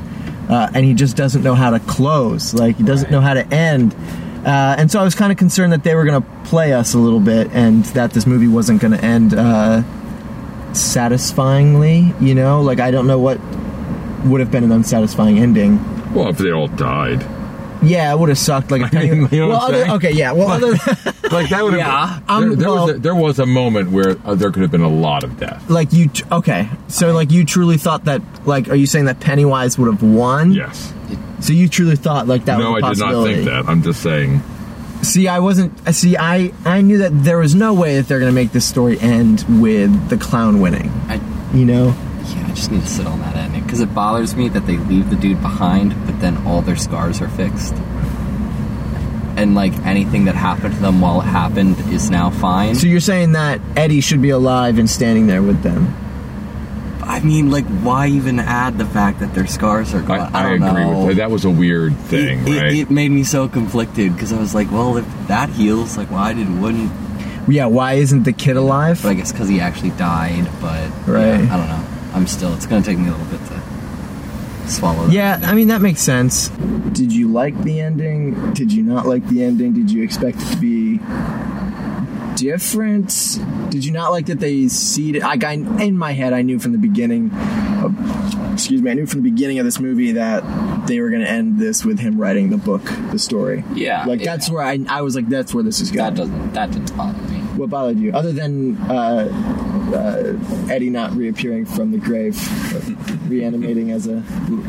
Speaker 4: Uh, and he just doesn't know how to close. Like, he doesn't know how to end. Uh, and so I was kind of concerned that they were going to play us a little bit and that this movie wasn't going to end. Uh, satisfyingly, you know? Like, I don't know what would have been an unsatisfying ending.
Speaker 2: Well, if they all died.
Speaker 4: Yeah, it would have sucked. Like,
Speaker 2: You know
Speaker 4: well,
Speaker 2: what I'm
Speaker 4: other-
Speaker 2: saying?
Speaker 4: okay, yeah. Well, other, Um,
Speaker 2: Like that would have
Speaker 5: Yeah.
Speaker 2: been, there, there,
Speaker 4: well-
Speaker 2: was a, there was a moment where uh, there could have been a lot of death.
Speaker 4: like you, tr- okay. So, like, you truly thought that, like, are you saying that Pennywise would have won?
Speaker 2: Yes.
Speaker 4: So you truly thought like that
Speaker 2: no,
Speaker 4: was a
Speaker 2: I did not
Speaker 4: possibility.
Speaker 2: think that. I'm just saying.
Speaker 4: See, I wasn't. I- See, I I knew that there was no way that they're gonna make this story end with the clown winning.
Speaker 5: I,
Speaker 4: You know?
Speaker 5: yeah, I just need to sit on that ending because it bothers me that they leave the dude behind, but then all their scars are fixed, and like anything that happened to them while it happened is now fine.
Speaker 4: So you're saying that Eddie should be alive and standing there with them?
Speaker 5: I mean, like, why even add the fact that their scars are gone?
Speaker 2: I, I,
Speaker 5: don't
Speaker 2: agree
Speaker 5: know.
Speaker 2: with that. That was a weird thing,
Speaker 5: it,
Speaker 2: right?
Speaker 5: it, it made me so conflicted because I was like, well, if that heals, like, why did wouldn't?
Speaker 4: Yeah. Why isn't the kid alive?
Speaker 5: But I guess because he actually died. But
Speaker 4: Right.
Speaker 5: yeah, I don't know. I'm still. It's gonna take me a little bit to swallow. that.
Speaker 4: Yeah, I mean that makes sense. Did you like the ending? Did you not like the ending? Did you expect it to be different? Did you not like that they seeded? Like I, in my head, I knew from the beginning. Of, excuse me, I knew from the beginning of this movie that they were going to end this with him writing the book, the story.
Speaker 5: Yeah,
Speaker 4: like
Speaker 5: it-
Speaker 4: that's where I, I was like, that's where this is
Speaker 5: That
Speaker 4: going.
Speaker 5: doesn't. That didn't bother me.
Speaker 4: what bothered you, other than uh, uh, Eddie not reappearing from the grave, but reanimating as a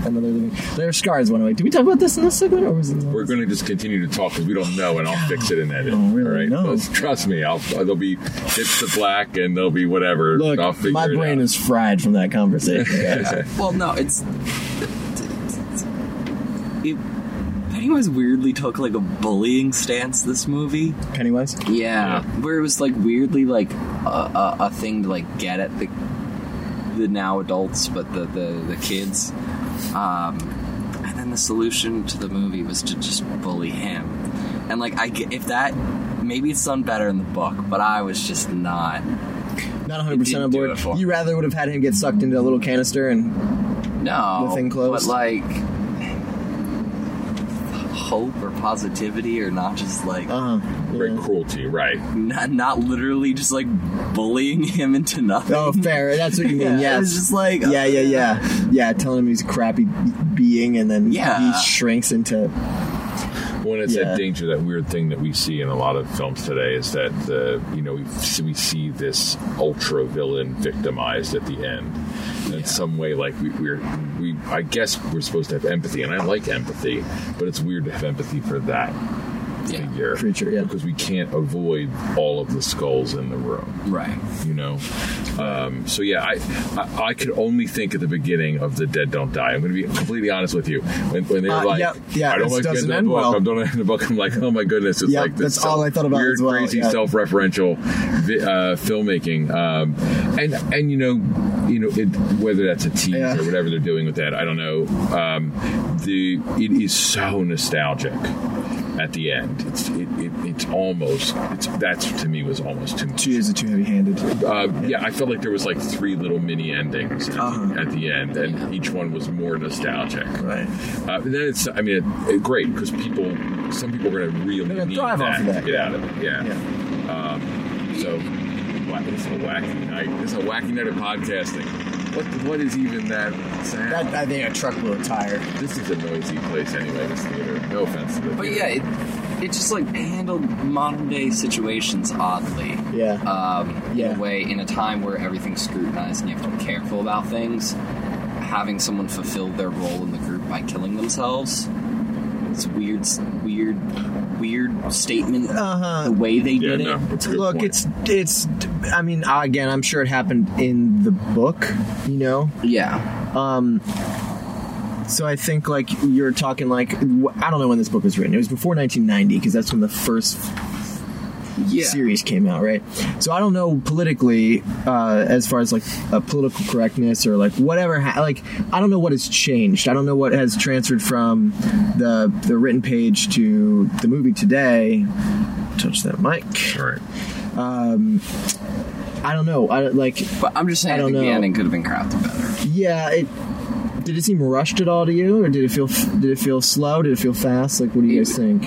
Speaker 4: another living? Their scars went away. Did we talk about this in this segment, or was it?
Speaker 2: We're going to just continue to talk because we don't know, and I'll fix it in edit.
Speaker 4: don't really
Speaker 2: all right?
Speaker 4: know.
Speaker 2: Let's- trust me. I'll, there'll be tips to black, and there'll be whatever. I'll
Speaker 4: Look,
Speaker 2: figure
Speaker 4: my
Speaker 2: it
Speaker 4: brain
Speaker 2: out.
Speaker 4: is fried from that conversation. guys.
Speaker 5: Well, no, it's. It, Pennywise weirdly took like a bullying stance this movie.
Speaker 4: Pennywise.
Speaker 5: Yeah,
Speaker 2: Yeah.
Speaker 5: where it was like weirdly like a, a, a thing to like get at the the now adults, but the the, the kids. Um, and then the solution to the movie was to just bully him, and like I get if that maybe it's done better in the book, but I was just not.
Speaker 4: Not 100% on
Speaker 5: Didn't do it
Speaker 4: board.
Speaker 5: for-
Speaker 4: You rather would have had him get sucked into a little canister and.
Speaker 5: No,
Speaker 4: The thing closed?
Speaker 5: But like hope or positivity, or not just like
Speaker 4: Uh,
Speaker 2: Great cruelty, right?
Speaker 5: not, not literally just like bullying him into nothing.
Speaker 4: oh, fair. That's what you mean.
Speaker 5: Yeah,
Speaker 4: yes.
Speaker 5: It's just like
Speaker 4: yeah, yeah, yeah, yeah. Telling him he's a crappy being, and then
Speaker 5: Yeah.
Speaker 4: he shrinks into.
Speaker 2: When it's
Speaker 4: Yeah.
Speaker 2: that danger, that weird thing that we see in a lot of films today is that the you know we see, we see this ultra villain victimized at the end And in some way. Like we, we're we I guess we're supposed to have empathy, and I like empathy, but it's weird to have empathy for that
Speaker 5: Yeah.
Speaker 2: figure
Speaker 4: Creature, yeah.
Speaker 2: because we can't avoid all of the skulls in the room.
Speaker 5: right.
Speaker 2: you know um, so yeah I, I i could only think at the beginning of the dead don't die i'm gonna be completely honest with you when, when they were
Speaker 4: Uh,
Speaker 2: like
Speaker 4: yep, yeah,
Speaker 2: i don't
Speaker 4: this
Speaker 2: like the end of
Speaker 4: doesn't
Speaker 2: the
Speaker 4: end
Speaker 2: book
Speaker 4: well.
Speaker 2: i'm don't end the book i'm like oh my goodness it's
Speaker 4: Yep,
Speaker 2: like this
Speaker 4: that's all I thought about
Speaker 2: weird
Speaker 4: as well,
Speaker 2: crazy
Speaker 4: yeah.
Speaker 2: self-referential vi- uh, filmmaking um, and and you know you know it, whether that's a tease
Speaker 4: Yeah.
Speaker 2: or whatever they're doing with that i don't know um, the it is so nostalgic at the end it's it, it, it's almost it's that's to me was almost too much
Speaker 4: She is a too heavy-handed.
Speaker 2: uh, yeah, I felt like there was like three little mini endings at,
Speaker 4: Uh-huh.
Speaker 2: at the end, and each one was more nostalgic.
Speaker 4: Right.
Speaker 2: Uh, and then it's, I mean, it, it- great because people, some people are going to really
Speaker 4: They're gonna
Speaker 2: need
Speaker 4: thrive
Speaker 2: that
Speaker 4: off of
Speaker 2: to
Speaker 4: that,
Speaker 2: get out of it. Yeah.
Speaker 4: Yeah.
Speaker 2: So, wow, it's a wacky night. It's a wacky night of podcasting. What what is even that sound?
Speaker 4: That I think a truck blew a tire.
Speaker 2: this is a noisy place anyway. This theater. No offense to the
Speaker 5: But yeah,
Speaker 2: theater.
Speaker 5: it, it just like handled modern day situations oddly.
Speaker 4: Yeah.
Speaker 5: Um,
Speaker 4: Yeah.
Speaker 5: In a way, in a time where everything's scrutinized and you have to be careful about things, having someone fulfill their role in the group by killing themselves. It's weird, s- weird, weird statement.
Speaker 4: Uh-huh.
Speaker 5: The way they
Speaker 2: Yeah,
Speaker 5: did
Speaker 2: no,
Speaker 5: it.
Speaker 2: it's a good
Speaker 4: Look,
Speaker 2: point.
Speaker 4: it's it's. I mean, again, I'm sure it happened in the book. You know,
Speaker 5: Yeah.
Speaker 4: So I think like you're talking like wh- I don't know when this book was written. It was before 1990 because that's when the first
Speaker 5: Yeah.
Speaker 4: series came out, right? So I don't know politically uh, as far as like uh, political correctness or like whatever. Ha- like I don't know what has changed. I don't know what has transferred from the the written page to the movie today. Touch that mic.
Speaker 2: all right.
Speaker 4: I don't know. I like
Speaker 5: But I'm just saying,
Speaker 4: I
Speaker 5: I,
Speaker 4: don't
Speaker 5: think the
Speaker 4: know.
Speaker 5: ending could have been crafted better.
Speaker 4: yeah. It did it seem rushed at all to you, or did it feel f- did it feel slow? Did it feel fast? Like what do you guys think?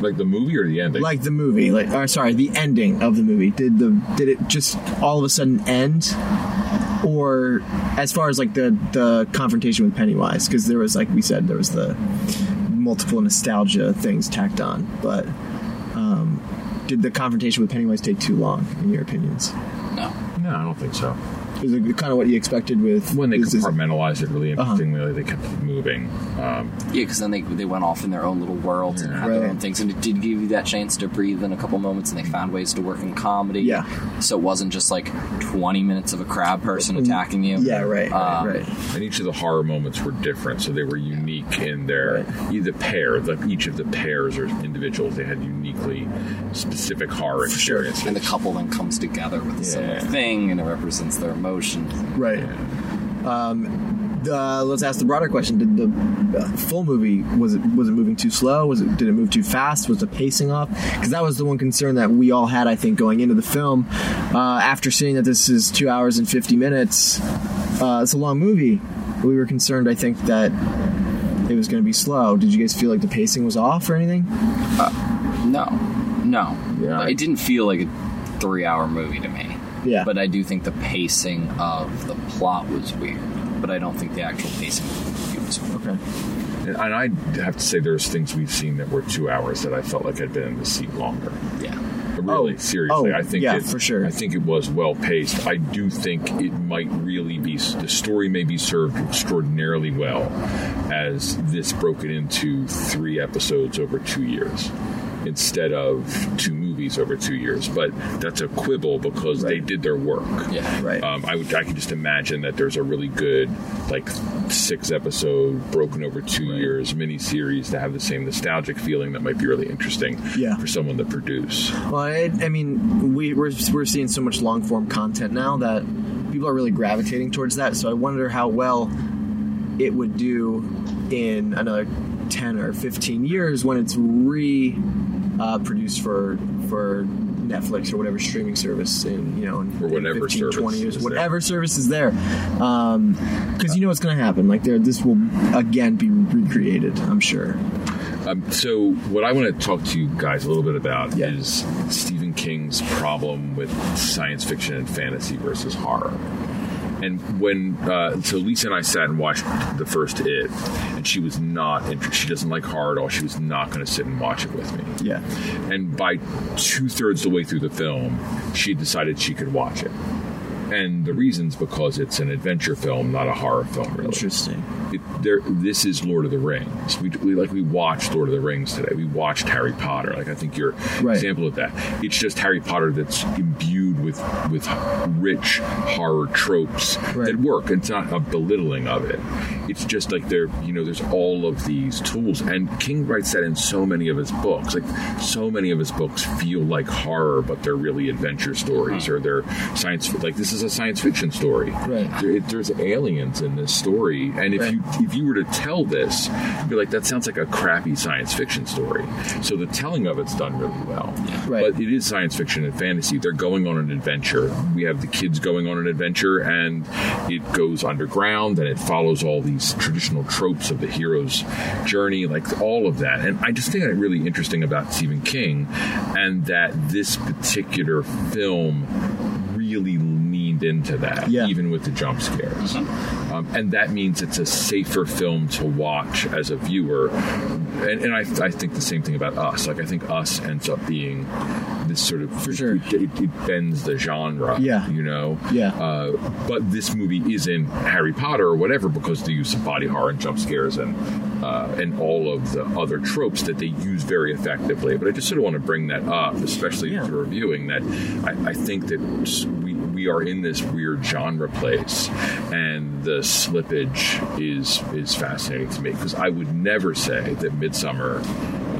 Speaker 2: Like the movie or the ending?
Speaker 4: like the movie like or sorry the ending of the movie did the did it just all of a sudden end or as far as like the the confrontation with pennywise because there was like we said there was the multiple nostalgia things tacked on but um did the confrontation with pennywise take too long in your opinions
Speaker 5: No.
Speaker 2: no, I don't think so.
Speaker 4: is it kind of what you expected with
Speaker 2: When they
Speaker 4: this is- Uh-huh.
Speaker 2: compartmentalized it really interestingly, they kept it moving. Um,
Speaker 5: Yeah, because then they they went off in their own little worlds and had
Speaker 4: Right.
Speaker 5: their own things, and it did give you that chance to breathe in a couple moments, and they found ways to work in comedy.
Speaker 4: Yeah.
Speaker 5: so it wasn't just like twenty minutes of a crab person attacking you.
Speaker 4: yeah right right,
Speaker 5: Um,
Speaker 4: right
Speaker 2: and each of the horror moments were different, so they were unique in their either pair. Like each of the pairs or individuals, they had uniquely specific horror experiences.
Speaker 5: And the couple then comes together with a similar
Speaker 2: Yeah.
Speaker 5: thing, and it represents their emotions.
Speaker 4: right um the, let's ask the broader question did the uh, full movie was it was it moving too slow was it did it move too fast was the pacing off because that was the one concern that we all had i think going into the film uh, after seeing that this is two hours and 50 minutes uh, it's a long movie we were concerned i think that it was going to be slow did you guys feel like the pacing was off or anything
Speaker 5: No, no,
Speaker 2: Yeah, I-
Speaker 5: it didn't feel like a three-hour movie to me.
Speaker 4: Yeah.
Speaker 5: but I do think the pacing of the plot was weird, but I don't think the actual pacing of the movie was weird.
Speaker 4: okay
Speaker 2: And, and I have to say, there's things we've seen that were two hours that I felt like had been in the seat longer.
Speaker 5: Yeah.
Speaker 2: Really,
Speaker 4: Oh,
Speaker 2: seriously,
Speaker 4: oh,
Speaker 2: I think
Speaker 4: yeah,
Speaker 2: it,
Speaker 4: for sure.
Speaker 2: I think it was well paced. I do think it might really be the story may be served extraordinarily well as this broken into three episodes over two years instead of two movies over two years. But that's a quibble because they did their work.
Speaker 5: Yeah.
Speaker 4: right
Speaker 2: Um, I would, I can just imagine that there's a really good, like, six episode, broken over two years miniseries to have the same nostalgic feeling that might be really interesting
Speaker 4: Yeah.
Speaker 2: for someone to produce.
Speaker 4: Well, I, I mean, we, we're, we're seeing so much long form content now that people are really gravitating towards that. So I wonder how well it would do in another 10 or 15 years when it's re uh, produced for for Netflix or whatever streaming service in you know in
Speaker 2: Or whatever
Speaker 4: 15,
Speaker 2: service
Speaker 4: 20 years,
Speaker 2: is
Speaker 4: whatever service is there, because you know what's going to happen. Like there, this will again be recreated. I'm sure.
Speaker 2: Um, so, what I want to talk to you guys a little bit about
Speaker 4: Yeah.
Speaker 2: is Stephen King's problem with science fiction and fantasy versus horror. And when uh, so Lisa and I sat and watched the first It, and she was not interested. She doesn't like horror at all. She was not going to sit and watch it with me.
Speaker 4: Yeah,
Speaker 2: And by two thirds the way through the film, she decided she could watch it. And the reason's because it's an adventure film, not a horror film, really
Speaker 4: interesting.
Speaker 2: it, there this is Lord of the Rings. We, we like we watched Lord of the Rings today. We watched Harry Potter. Like I think your
Speaker 4: Right.
Speaker 2: example of that. It's just Harry Potter that's imbued with with rich horror tropes
Speaker 4: Right.
Speaker 2: that work. It's not a belittling of it. It's just like there you know there's all of these tools and King writes that in so many of his books. Like so many of his books feel like horror, but they're really adventure stories or they're science. Like this is a science fiction story.
Speaker 4: Right.
Speaker 2: There- it- there's aliens in this story, and if
Speaker 4: Right.
Speaker 2: you if you were to tell this, you'd be like, that sounds like a crappy science fiction story. So the telling of it's done really well,
Speaker 4: Right.
Speaker 2: but it is science fiction and fantasy. They're going on an adventure. We have the kids going on an adventure, and it goes underground, and it follows all these traditional tropes of the hero's journey, like all of that. And I just think that really interesting about Stephen King, and that this particular film really leaned into that
Speaker 4: Yeah. Mm-hmm.
Speaker 2: even with the jump scares. Um, and that means it's a safer film to watch as a viewer. And, and I, I think the same thing about Us. Like, I think Us ends up being this sort of. For
Speaker 4: sure.
Speaker 2: It, it- it bends the genre.
Speaker 4: Yeah.
Speaker 2: You know?
Speaker 4: Yeah.
Speaker 2: Uh, but this movie isn't Harry Potter or whatever because of the use of body horror and jump scares and. Uh, and all of the other tropes that they use very effectively. But I just sort of want to bring that up, especially
Speaker 4: Yeah.
Speaker 2: if you're reviewing that. I, I think that we, we are in this weird genre place, and the slippage is is fascinating to me because I would never say that Midsummer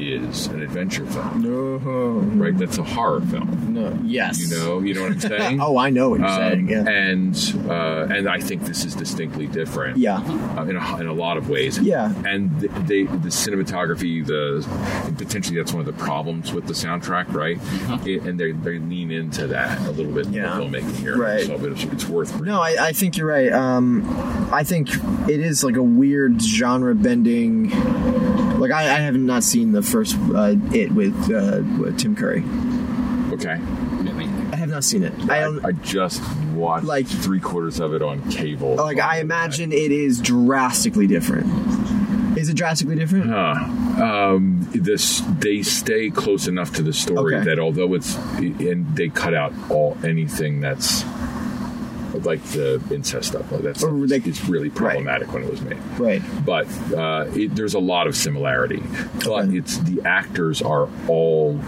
Speaker 2: is an adventure film,
Speaker 4: No,
Speaker 2: right? That's a horror film.
Speaker 4: no, yes.
Speaker 2: You know, you know what I'm saying?
Speaker 4: Oh, I know what you're
Speaker 2: Um,
Speaker 4: saying. Yeah.
Speaker 2: And uh, and I think this is distinctly different.
Speaker 4: yeah.
Speaker 2: uh, in, a, in a lot of ways.
Speaker 4: Yeah.
Speaker 2: and th- they the cinematography, the and potentially that's one of the problems with the soundtrack, right? It- and they they lean into that a little bit
Speaker 4: Yeah.
Speaker 2: in the filmmaking here,
Speaker 4: Right.
Speaker 2: So it's, it's worth
Speaker 4: No, I, I think you're right. Um, I think it is like a weird genre bending. Like I, I have not seen the first uh, it with, uh, with Tim Curry.
Speaker 2: Okay,
Speaker 5: I mean,
Speaker 4: I have not seen it. I
Speaker 2: I,
Speaker 4: don't.
Speaker 2: I just watched
Speaker 4: Like-
Speaker 2: like three quarters of it on cable.
Speaker 4: like I imagine it is drastically different. Is it drastically different?
Speaker 2: Uh-huh. this they stay close enough to the story
Speaker 4: Okay.
Speaker 2: that although it's and they cut out all anything that's like the incest stuff like that's
Speaker 4: Or like-
Speaker 2: it's really problematic when it was made
Speaker 4: Right.
Speaker 2: but uh, it, there's a lot of similarity. But
Speaker 4: Okay.
Speaker 2: it's the actors are all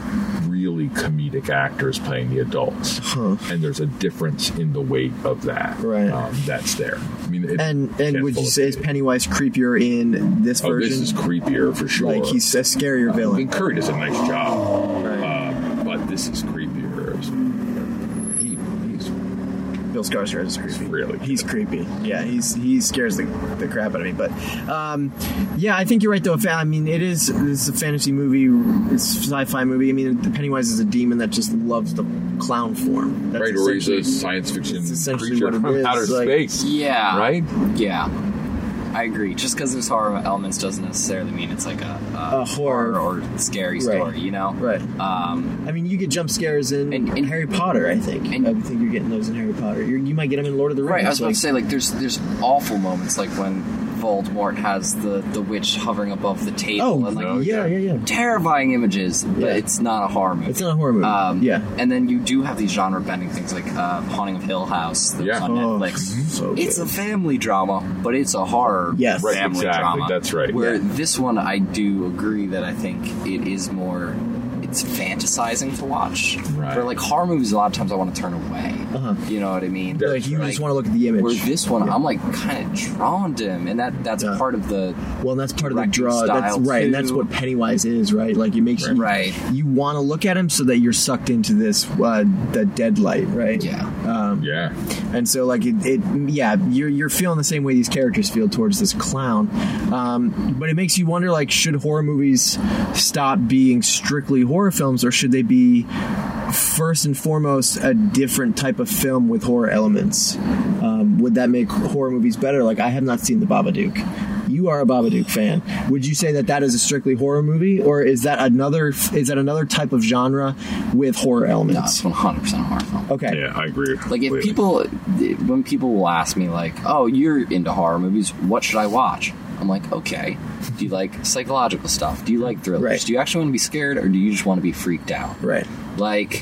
Speaker 2: really comedic actors playing the adults, and there's a difference in the weight of that.
Speaker 4: Right.
Speaker 2: um, that's there. I mean, it-
Speaker 4: And and
Speaker 2: can't
Speaker 4: would you
Speaker 2: fully
Speaker 4: say is
Speaker 2: see it.
Speaker 4: Pennywise creepier in this
Speaker 2: Oh,
Speaker 4: version?
Speaker 2: this is creepier for sure.
Speaker 4: Like he's a scarier
Speaker 2: I mean,
Speaker 4: villain.
Speaker 2: Curry does a nice job,
Speaker 4: Right.
Speaker 2: uh, but this is creepier. He, he's
Speaker 4: Bill Skarsgård is creepy.
Speaker 2: really good.
Speaker 4: he's creepy. Yeah, he's he scares the, the crap out of me. But um, yeah, I think you're right though. Fa- I mean, it is this is a fantasy movie, it's a sci-fi movie. I mean, Pennywise is a demon that just loves the clown form. That's
Speaker 2: right, or he's a
Speaker 4: essentially-
Speaker 2: science fiction
Speaker 4: it's essentially
Speaker 2: creature
Speaker 4: what it
Speaker 2: from
Speaker 4: is,
Speaker 2: outer
Speaker 4: like-
Speaker 2: space.
Speaker 5: yeah.
Speaker 2: Right?
Speaker 5: Yeah. I agree. Just because there's horror elements doesn't necessarily mean it's like a, a,
Speaker 4: A horror-
Speaker 5: or scary
Speaker 4: Right.
Speaker 5: story, you know?
Speaker 4: Right.
Speaker 5: Um,
Speaker 4: I mean, you get jump scares in,
Speaker 5: And- and-
Speaker 4: Harry Potter. I think.
Speaker 5: and-
Speaker 4: I think you're getting those in Harry Potter. You're, you might get them in Lord of the Rings.
Speaker 5: right. I was about
Speaker 4: like-
Speaker 5: to say, like, there's there's awful moments, like when Voldemort has the, the witch hovering above the table.
Speaker 4: Oh,
Speaker 5: and, like,
Speaker 4: yeah, yeah, yeah.
Speaker 5: terrifying images, but
Speaker 4: Yeah.
Speaker 5: it's not a horror movie.
Speaker 4: It's not a horror movie.
Speaker 5: Um,
Speaker 4: yeah.
Speaker 5: And then you do have these genre bending things like uh, Haunting of Hill House that was
Speaker 2: Yeah.
Speaker 5: on
Speaker 4: Oh,
Speaker 5: Netflix.
Speaker 4: so
Speaker 5: it's
Speaker 4: good.
Speaker 5: a family drama, but it's a horror
Speaker 4: Yes. Right,
Speaker 5: family
Speaker 2: exactly,
Speaker 5: drama.
Speaker 2: that's right.
Speaker 5: Where
Speaker 2: Yeah.
Speaker 5: this one, I do agree that I think it is more. It's fantasizing to watch.
Speaker 2: Right.
Speaker 5: Where like horror movies, a lot of times I want to turn away. You know what I mean?
Speaker 2: Yeah.
Speaker 4: Uh-huh. Like you
Speaker 5: Like,
Speaker 4: just want to look at the image.
Speaker 5: Where this one,
Speaker 4: Yeah.
Speaker 5: I'm like kind of drawn to him, and that that's
Speaker 4: Yeah.
Speaker 5: part of the
Speaker 4: well, that's part of the
Speaker 5: directing
Speaker 4: draw. That's
Speaker 5: style,
Speaker 4: right. And that's
Speaker 5: too.
Speaker 4: what Pennywise is, right? Like you make sure
Speaker 5: right.
Speaker 4: you want to look at him so that you're sucked into this uh, the deadlight, right?
Speaker 5: Yeah,
Speaker 2: Um, Yeah.
Speaker 4: And so, like it, it, yeah, you're you're feeling the same way these characters feel towards this clown, um, but it makes you wonder, like, should horror movies stop being strictly horror films, or should they be first and foremost a different type of film with horror elements? Um, would that make horror movies better? Like, I have not seen The Babadook. You are a Babadook fan. Would you say that that is a strictly horror movie, or is that another is that another type of genre with horror
Speaker 5: that's
Speaker 4: elements?
Speaker 5: 100 percent horror film.
Speaker 4: Okay.
Speaker 2: Yeah, I agree.
Speaker 5: Like if
Speaker 2: completely.
Speaker 5: people, when people will ask me like, "Oh, you're into horror movies. What should I watch?" I'm like, "Okay. Do you like psychological stuff? Do you like thrillers?
Speaker 4: Right.
Speaker 5: Do you actually want to be scared, or do you just want to be freaked out?
Speaker 4: Right.
Speaker 5: Like,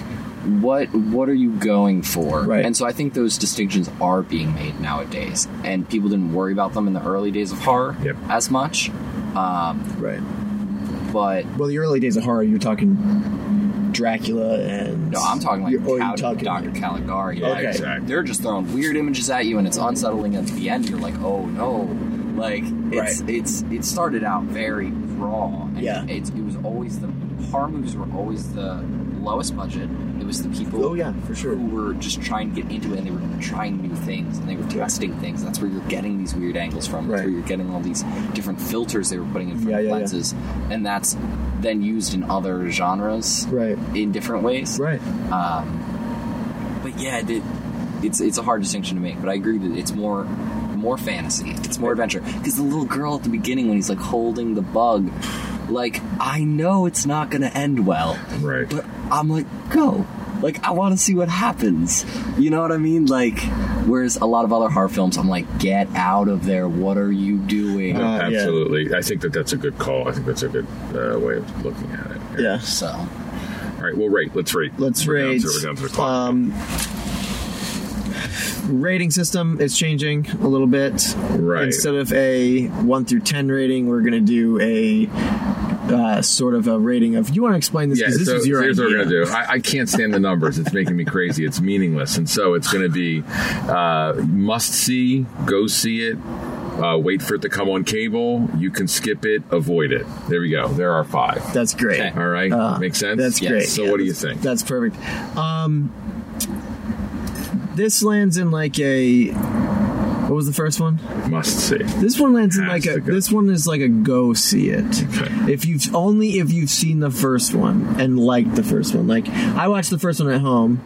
Speaker 5: what what are you going for?"
Speaker 4: Right.
Speaker 5: And so I think those distinctions are being made nowadays, and people didn't worry about them in the early days of horror
Speaker 2: Yep.
Speaker 5: as much. Um,
Speaker 4: Right.
Speaker 5: but
Speaker 4: Well, the early days of horror, you're talking Dracula and.
Speaker 5: no, I'm talking like
Speaker 4: You're- or you're
Speaker 5: Cow-
Speaker 4: talking-
Speaker 5: Dr. Caligari.
Speaker 2: Yeah,
Speaker 5: like,
Speaker 4: okay.
Speaker 2: exactly.
Speaker 5: they're just throwing weird images at you and it's unsettling at the end you're like oh no like it's it's it started out very raw and
Speaker 4: Yeah.
Speaker 5: it's, it was always the horror movies were always the lowest budget it was the people
Speaker 4: Oh, yeah, for sure.
Speaker 5: who were just trying to get into it and they were trying new things and they were testing things that's where you're getting these weird angles from that's
Speaker 4: Right.
Speaker 5: where you're getting all these different filters they were putting in front
Speaker 4: Yeah,
Speaker 5: of
Speaker 4: yeah, yeah.
Speaker 5: lenses and that's then used in other genres
Speaker 4: Right.
Speaker 5: in different ways
Speaker 4: Right.
Speaker 5: but yeah, it, it's it's a hard distinction to make. But I agree that it's more more fantasy. It's more adventure because the little girl at the beginning when he's like holding the bug, like I know it's not going to end well,
Speaker 2: Right.
Speaker 5: but I'm like go. Like I want to see what happens. You know what I mean? Like whereas a lot of other horror films I'm like get out of there. What are you doing?
Speaker 4: Uh, yeah.
Speaker 2: Absolutely. I think that that's a good call. I think that's a good uh, way of looking at it.
Speaker 4: Yeah.
Speaker 5: so
Speaker 2: All right. Well, rate. Let's rate.
Speaker 4: Let's
Speaker 2: We're down
Speaker 4: rate.
Speaker 2: to- we're down to the clock.
Speaker 4: Um, rating system is changing a little bit.
Speaker 2: Right.
Speaker 4: Instead of a 1 through 10 rating, we're going to do a uh, sort of a rating of. You want to explain this?
Speaker 2: yeah,
Speaker 4: 'Cause this
Speaker 2: so
Speaker 4: is your
Speaker 2: here's what we're
Speaker 4: idea.
Speaker 2: gonna do. I, I can't stand the numbers; it's making me crazy. It's meaningless, and so it's gonna be uh, must see, go see it, uh, wait for it to come on cable. You can skip it, avoid it. There we go. There are five.
Speaker 4: That's great.
Speaker 5: Okay.
Speaker 2: All right,
Speaker 4: Uh,
Speaker 2: makes sense.
Speaker 4: That's
Speaker 5: Yes.
Speaker 4: great.
Speaker 2: So,
Speaker 4: Yeah.
Speaker 2: what do you think?
Speaker 4: That's perfect. Um, this lands in like a. What was the first one?
Speaker 2: Must see.
Speaker 4: This one lands in like
Speaker 2: Has
Speaker 4: a.
Speaker 2: to go.
Speaker 4: This one is like a go see it.
Speaker 2: Okay.
Speaker 4: If you've only if you've seen the first one and liked the first one, like I watched the first one at home,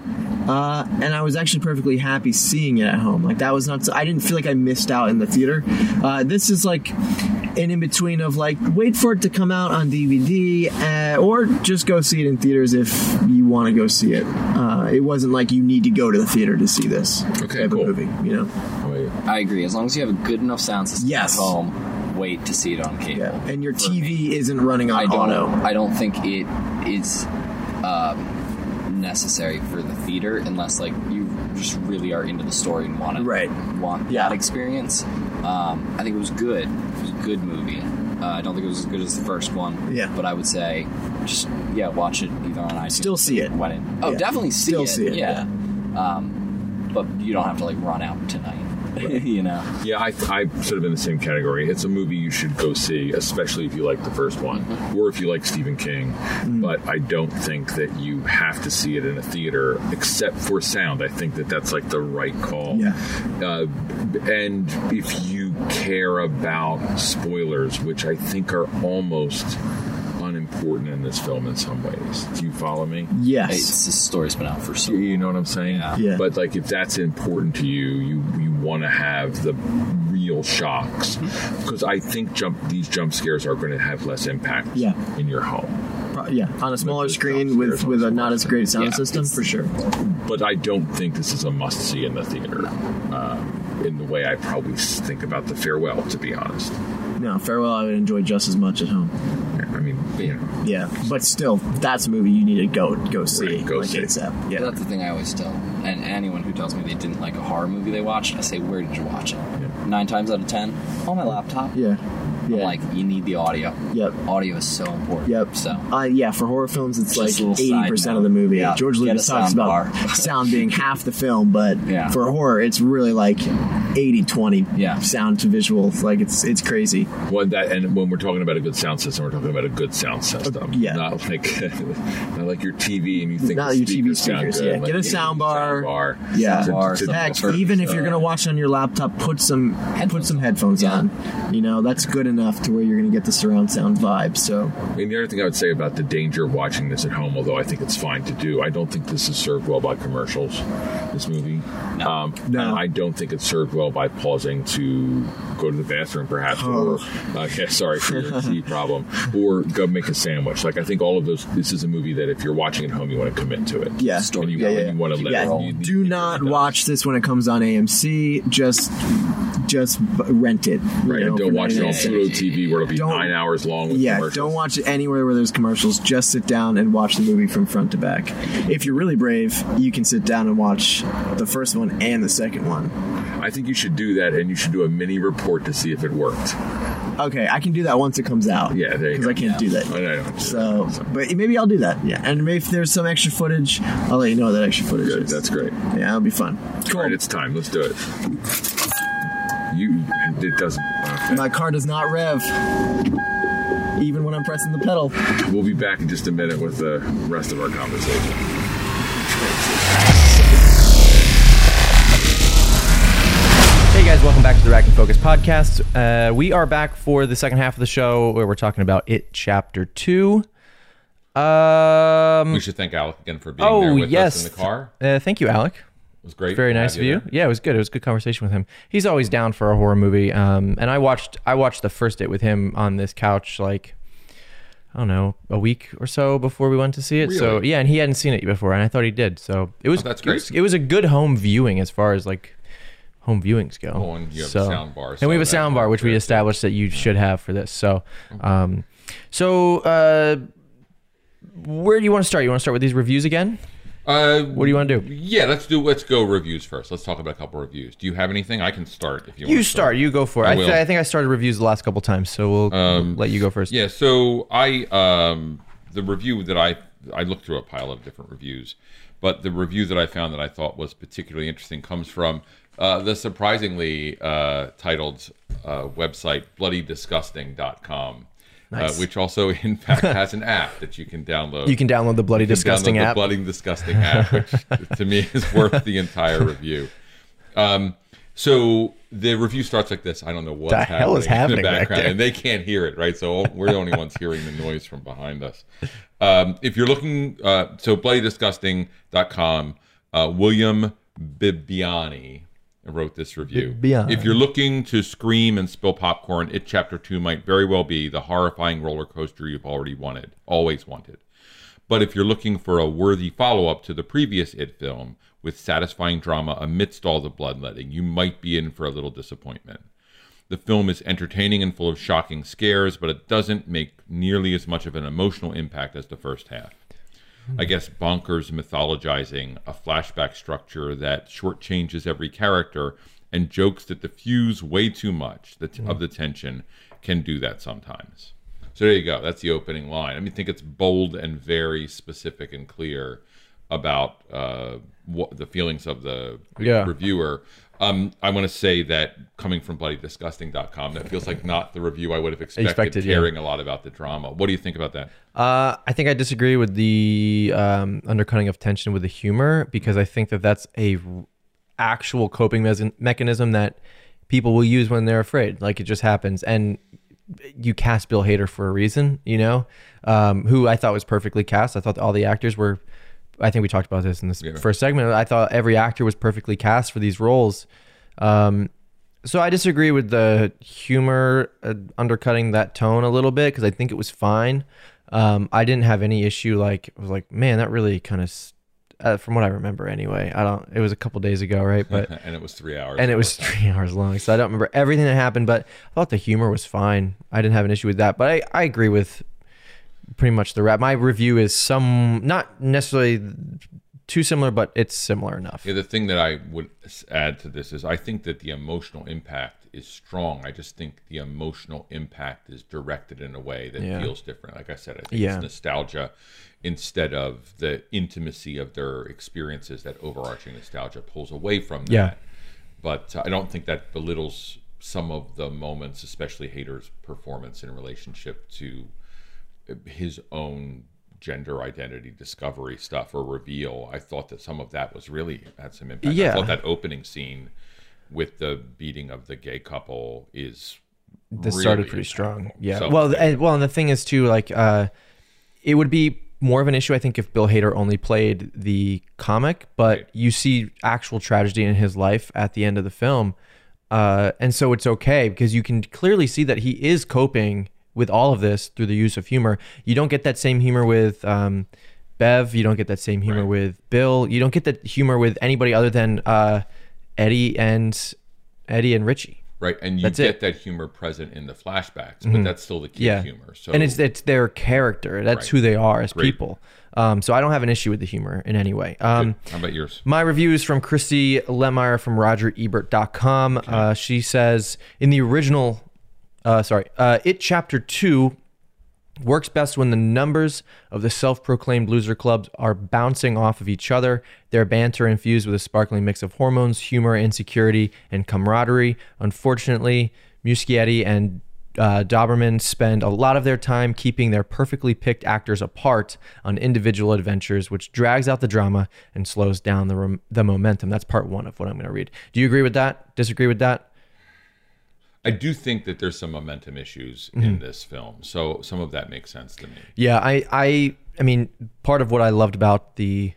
Speaker 4: uh, and I was actually perfectly happy seeing it at home. Like that was not. I didn't feel like I missed out in the theater. Uh, this is like an in between of like wait for it to come out on DVD uh, or just go see it in theaters if you want to go see it. Uh, it wasn't like you need to go to the theater to see this
Speaker 2: Okay,
Speaker 4: type
Speaker 2: cool.
Speaker 4: of movie. You know,
Speaker 2: Wait.
Speaker 5: I agree. As long as you have a good enough sound system
Speaker 4: Yes.
Speaker 5: at home, wait to see it on cable.
Speaker 4: yeah. And your
Speaker 5: For me.
Speaker 4: TV isn't running on
Speaker 5: I don't.
Speaker 4: auto.
Speaker 5: I don't think it is um, necessary for the theater unless like you just really are into the story and want to
Speaker 4: Right.
Speaker 5: want
Speaker 4: Yeah.
Speaker 5: that experience. Um, I think it was good. It was a good movie. Uh, I don't think it was as good as the first one.
Speaker 4: Yeah.
Speaker 5: but I would say just yeah, watch it either on iTunes.
Speaker 4: Still see it.
Speaker 5: when it. Oh,
Speaker 4: Yeah.
Speaker 5: definitely see
Speaker 4: Still
Speaker 5: it.
Speaker 4: see it,
Speaker 5: Yeah. Um, but you don't have to like run out tonight. you know.
Speaker 2: Yeah, I, I'm sort of in the same category. It's a movie you should go see, especially if you like the first one or if you like Stephen King. But I don't think that you have to see it in a theater, except for sound. I think that that's like the right call.
Speaker 4: Yeah.
Speaker 2: Uh, and if you care about spoilers, which I think are almost unimportant in this film in some ways, do you follow me?
Speaker 4: Yes.
Speaker 5: It's, this story's been out for so.
Speaker 2: You- You know what I'm saying?
Speaker 5: Yeah.
Speaker 4: Yeah.
Speaker 2: But like, if that's important to you, you you want to have the real shocks because I think jump these jump scares are going to have less impact.
Speaker 4: Yeah.
Speaker 2: In your home,
Speaker 4: Pro- yeah, on a smaller
Speaker 2: the
Speaker 4: screen
Speaker 2: sound
Speaker 4: with
Speaker 2: system.
Speaker 4: with a not as great sound
Speaker 5: Yeah,
Speaker 4: system for sure.
Speaker 2: but I don't think this is a must see in the theater. Um, in the way I probably s- think about the farewell, to be honest.
Speaker 4: No, farewell. I would enjoy just as much at home.
Speaker 2: I mean, you know.
Speaker 4: Yeah, but still, that's a movie you need to go go see.
Speaker 2: Right, go
Speaker 4: like
Speaker 2: see.
Speaker 4: ASAP.
Speaker 5: Yeah,
Speaker 4: Yeah,
Speaker 5: That's the thing I always tell. And anyone who tells me they didn't like a horror movie they watched, I say, Where did you watch it? Nine times out of ten, on my laptop.
Speaker 4: yeah.
Speaker 5: I'm
Speaker 4: Yeah.
Speaker 5: like, you need the audio.
Speaker 4: Yep.
Speaker 5: Audio is so important.
Speaker 4: Yep.
Speaker 5: So
Speaker 4: Uh, yeah, for horror films, it's
Speaker 5: Just a
Speaker 4: like
Speaker 5: little side
Speaker 4: eighty percent
Speaker 5: note.
Speaker 4: of the movie.
Speaker 5: Yeah,
Speaker 4: George
Speaker 5: get a
Speaker 4: Lucas talks
Speaker 5: sound
Speaker 4: about
Speaker 5: bar.
Speaker 4: sound being half the film, but
Speaker 5: Yeah.
Speaker 4: for horror, it's really like 80-20
Speaker 5: Yeah.
Speaker 4: sound to visual. Like it's it's crazy.
Speaker 2: When that and when we're talking about a good sound system, we're talking about a good sound system.
Speaker 4: Uh, yeah.
Speaker 2: Not like not like your TV and you think
Speaker 4: Not
Speaker 2: the
Speaker 4: your TV
Speaker 2: speakers sound
Speaker 4: speakers,
Speaker 2: good,
Speaker 4: yeah.
Speaker 2: like
Speaker 4: Get a
Speaker 2: you need
Speaker 4: sound bar.
Speaker 2: bar.
Speaker 4: Yeah.
Speaker 2: To-
Speaker 5: Bar,
Speaker 2: to-
Speaker 5: something
Speaker 4: Heck,
Speaker 5: Perfect.
Speaker 4: even if
Speaker 2: uh,
Speaker 4: you're gonna watch on your laptop, put some put some headphones
Speaker 5: Yeah.
Speaker 4: on. You know that's good enough to where you're gonna get the surround sound vibe. So
Speaker 2: I mean, the other thing I would say about the danger of watching this at home, although I think it's fine to do, I don't think this is served well by commercials. This movie, no, um,
Speaker 4: No.
Speaker 2: and I don't think it's served well by pausing to go to the bathroom, perhaps, or
Speaker 4: Oh.
Speaker 2: uh, yeah, sorry for your tea problem, or go make a sandwich. Like I think all of those. This is a movie that if you're watching at home, you want to commit to it.
Speaker 4: yeah,
Speaker 2: and you,
Speaker 4: yeah, yeah.
Speaker 2: you want to let
Speaker 4: Yeah,
Speaker 2: it roll. You-
Speaker 4: do
Speaker 2: you-
Speaker 4: not watch this when it comes on AMC. Just just b- rent it. you
Speaker 2: Right,
Speaker 4: know,
Speaker 2: and don't
Speaker 4: for
Speaker 2: watch it
Speaker 4: 99
Speaker 2: on
Speaker 4: cents.
Speaker 2: Pluto TV where it'll be
Speaker 4: Don't-
Speaker 2: nine hours long. With
Speaker 4: Yeah,
Speaker 2: commercials.
Speaker 4: don't watch it anywhere where there's commercials. Just sit down and watch the movie from front to back. If you're really brave, you can sit down and watch the first one and the second one.
Speaker 2: I think you should do that, and you should do a mini report to see if it worked.
Speaker 4: Okay, I can do that once it comes out.
Speaker 2: Yeah, there you
Speaker 4: because I
Speaker 2: go.
Speaker 4: can't do
Speaker 2: I
Speaker 4: that.
Speaker 2: don't know.
Speaker 4: So, but maybe I'll do that. Yeah, and maybe if there's some extra footage, I'll let you know what that extra footage
Speaker 2: Good,
Speaker 4: is.
Speaker 2: that's great.
Speaker 4: yeah, that'll be fun.
Speaker 2: All right, it's time. Let's do it. You, it doesn't. okay.
Speaker 4: My car does not rev, even when I'm pressing the pedal.
Speaker 2: We'll be back in just a minute with the rest of our conversation.
Speaker 3: Hey guys, welcome back to the Rack and Focus podcast. Uh, we are back for the second half of the show where we're talking about it, chapter two. Um,
Speaker 7: We should thank Alec again for being there
Speaker 3: oh
Speaker 7: with
Speaker 3: yes,
Speaker 7: us in the car.
Speaker 3: Uh, thank you, Alec.
Speaker 7: It was great.
Speaker 3: Very
Speaker 7: to
Speaker 3: nice
Speaker 7: have
Speaker 3: of you.
Speaker 7: there.
Speaker 3: Yeah, it was good. It was a good conversation with him. He's always down for a horror movie. Um, and I watched I watched the first date with him on this couch like I don't know a week or so before we went to see it. So
Speaker 7: Really? Oh,
Speaker 3: yeah, and he hadn't seen it before, and I thought he did. So it was
Speaker 7: that's
Speaker 3: it was-
Speaker 7: great.
Speaker 3: It was, a good home viewing as far as like home viewings go.
Speaker 7: Oh, and you have a sound bar, so
Speaker 3: and we have a
Speaker 7: that-
Speaker 3: sound bar, which we established that you should have for this. So, um, so uh, where do you want to start? You want to start with these reviews again?
Speaker 7: Uh,
Speaker 3: What do you want to do?
Speaker 7: yeah, let's do. Let's go reviews first. Let's talk about a couple reviews. Do you have anything? I can start if you. want
Speaker 3: You start. You go for it.
Speaker 7: I
Speaker 3: I, th-
Speaker 7: will. Um,
Speaker 3: I think I started reviews the last couple times, so we'll let you go first.
Speaker 7: Yeah, so I um the review that I I looked through a pile of different reviews, but the review that I found that I thought was particularly interesting comes from uh, the surprisingly uh, titled uh, website bloodydisgusting.com, uh, which also in fact has an app that you can download.
Speaker 3: You can download the bloody
Speaker 7: You can
Speaker 3: disgusting
Speaker 7: download
Speaker 3: app.
Speaker 7: The bloody disgusting app, which to me is worth the entire review. Um, so the review starts like this. I don't know what
Speaker 3: The hell is happening
Speaker 7: in the
Speaker 3: back
Speaker 7: background,
Speaker 3: there?
Speaker 7: and they can't hear it, right? So we're the only ones hearing the noise from behind us. Um, if you're looking, uh, so bloodydisgusting.com, uh, William Bibbiani wrote this review.
Speaker 3: Bibbiani.
Speaker 7: If you're looking to scream and spill popcorn, it chapter two might very well be the horrifying roller coaster you've already wanted, always wanted. But if you're looking for a worthy follow up to the previous It film with satisfying drama amidst all the bloodletting, you might be in for a little disappointment. The film is entertaining and full of shocking scares, but it doesn't make nearly as much of an emotional impact as the first half. I guess bonkers mythologizing, a flashback structure that shortchanges every character, and jokes that diffuse way too much the
Speaker 3: Mm-hmm.
Speaker 7: of the tension can do that sometimes. So there you go. That's the opening line. I mean, I think it's bold and very specific and clear about uh, what the feelings of the
Speaker 3: Yeah.
Speaker 7: reviewer. Um, I want to say that coming from bloodydisgusting.com, that feels like not the review I would have expected,
Speaker 3: Expected, yeah.
Speaker 7: caring a lot about the drama. What do you think about that?
Speaker 3: Uh, I think I disagree with the um, undercutting of tension with the humor because I think that that's a r- actual coping mes- mechanism that people will use when they're afraid. Like it just happens, and you cast Bill Hader for a reason, you know, um, who I thought was perfectly cast. I thought all the actors were. I think we talked about this in this first segment. I thought every actor was perfectly cast for these roles. Um, so I disagree with the humor uh, undercutting that tone a little bit because I think it was fine. Um, I didn't have any issue. Like I was like, man, that really kind of, uh, from what I remember anyway. I don't. It was a couple days ago, right? But
Speaker 7: And it was three hours.
Speaker 3: and it was three hours long, so I don't remember everything that happened. But I thought the humor was fine. I didn't have an issue with that. But I, I agree with pretty much the wrap. My review is some not necessarily too similar, but it's similar enough.
Speaker 7: Yeah, the thing that I would s- add to this is I think that the emotional impact is strong. I just think the emotional impact is directed in a way that
Speaker 3: Yeah.
Speaker 7: feels different. Like I said, I think
Speaker 3: Yeah.
Speaker 7: it's nostalgia instead of the intimacy of their experiences that overarching nostalgia pulls away from that.
Speaker 3: Yeah.
Speaker 7: But I don't think that belittles some of the moments, especially Hader's performance in relationship to his own gender identity discovery stuff or reveal. I thought that some of that was really had some impact. I
Speaker 3: Yeah.
Speaker 7: thought that opening scene with the beating of the gay couple is
Speaker 3: this started pretty strong. Yeah.
Speaker 7: So-
Speaker 3: well, and, well, and the thing is too, like, uh, it would be more of an issue, I think, if Bill Hader only played the comic, but you see actual tragedy in his life at the end of the film, uh, and so it's okay because you can clearly see that he is coping with all of this through the use of humor. You don't get that same humor with. Um, Bev, you don't get that same humor with Bill. You don't get that humor with anybody other than uh, Eddie and Eddie and Richie.
Speaker 7: right, and you
Speaker 3: That's
Speaker 7: get
Speaker 3: it. Mm-hmm.
Speaker 7: that humor present in the flashbacks, but that's still the kid
Speaker 3: Yeah.
Speaker 7: humor. So
Speaker 3: and it's it's their character. That's
Speaker 7: Right.
Speaker 3: who they are as
Speaker 7: Great.
Speaker 3: people. Um, so I don't have an issue with the humor in any way. Um,
Speaker 7: how about yours?
Speaker 3: my review is from Christy Lemmeyer from RogerEbert.com. Uh, she says in the original, uh, sorry, uh, it chapter two works best when the numbers of the self-proclaimed loser clubs are bouncing off of each other their banter infused with a sparkling mix of hormones humor insecurity and camaraderie unfortunately muschietti and uh, Doberman spend a lot of their time keeping their perfectly picked actors apart on individual adventures, which drags out the drama and slows down the, rem- the momentum. That's part one of what I'm going to read. Do you agree with that? Disagree with that?
Speaker 7: I do think that there's some momentum issues
Speaker 3: Mm-hmm.
Speaker 7: in this film, so some of that makes sense to me.
Speaker 3: Yeah, I, I, I mean, part of what I loved about the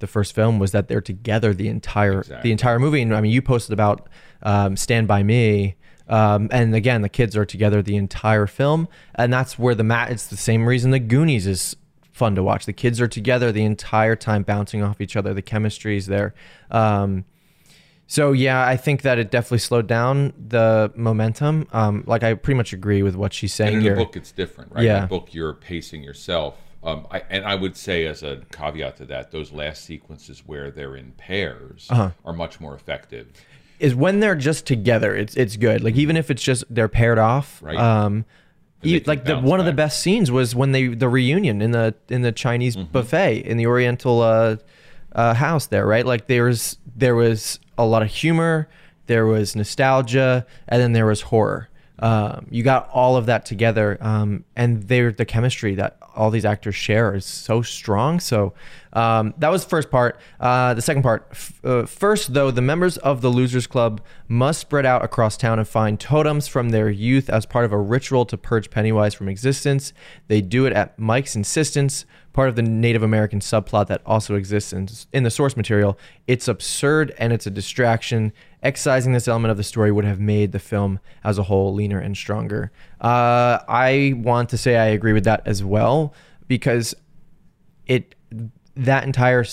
Speaker 3: the first film was that they're together the entire the entire movie. And I mean, you posted about um, Stand by Me, um, and again, the kids are together the entire film, and that's where the mat. It's the same reason the Goonies is fun to watch. The kids are together the entire time, bouncing off each other. The chemistry is there. Um, so yeah, I think that it definitely slowed down the momentum. Um, like I pretty much agree with what she's saying
Speaker 7: And in
Speaker 3: here.
Speaker 7: the book, it's different, right? In
Speaker 3: Yeah.
Speaker 7: the book, you're pacing yourself. Um, I, and I would say, as a caveat to that, those last sequences where they're in pairs are much more effective.
Speaker 3: is when they're just together, it's it's good. Like even if it's just they're paired off.
Speaker 7: Right.
Speaker 3: Um,
Speaker 7: they
Speaker 3: you-
Speaker 7: can
Speaker 3: like the
Speaker 7: bounce
Speaker 3: one of the
Speaker 7: back.
Speaker 3: best scenes was when they the reunion in the in the Chinese
Speaker 7: Mm-hmm.
Speaker 3: buffet in the Oriental uh, uh, house there, right? Like there was there was a lot of humor, there was nostalgia, and then there was horror. Um, you got all of that together, um, and they the chemistry that all these actors share is so strong. So um, that was the first part. Uh, the second part, f- uh, first though, the members of the Losers Club must spread out across town and find totems from their youth as part of a ritual to purge Pennywise from existence. They do it at Mike's insistence, part of the Native American subplot that also exists in, in the source material. It's absurd and it's a distraction. Excising this element of the story would have made the film as a whole leaner and stronger. Uh, I want to say I agree with that as well because it that entire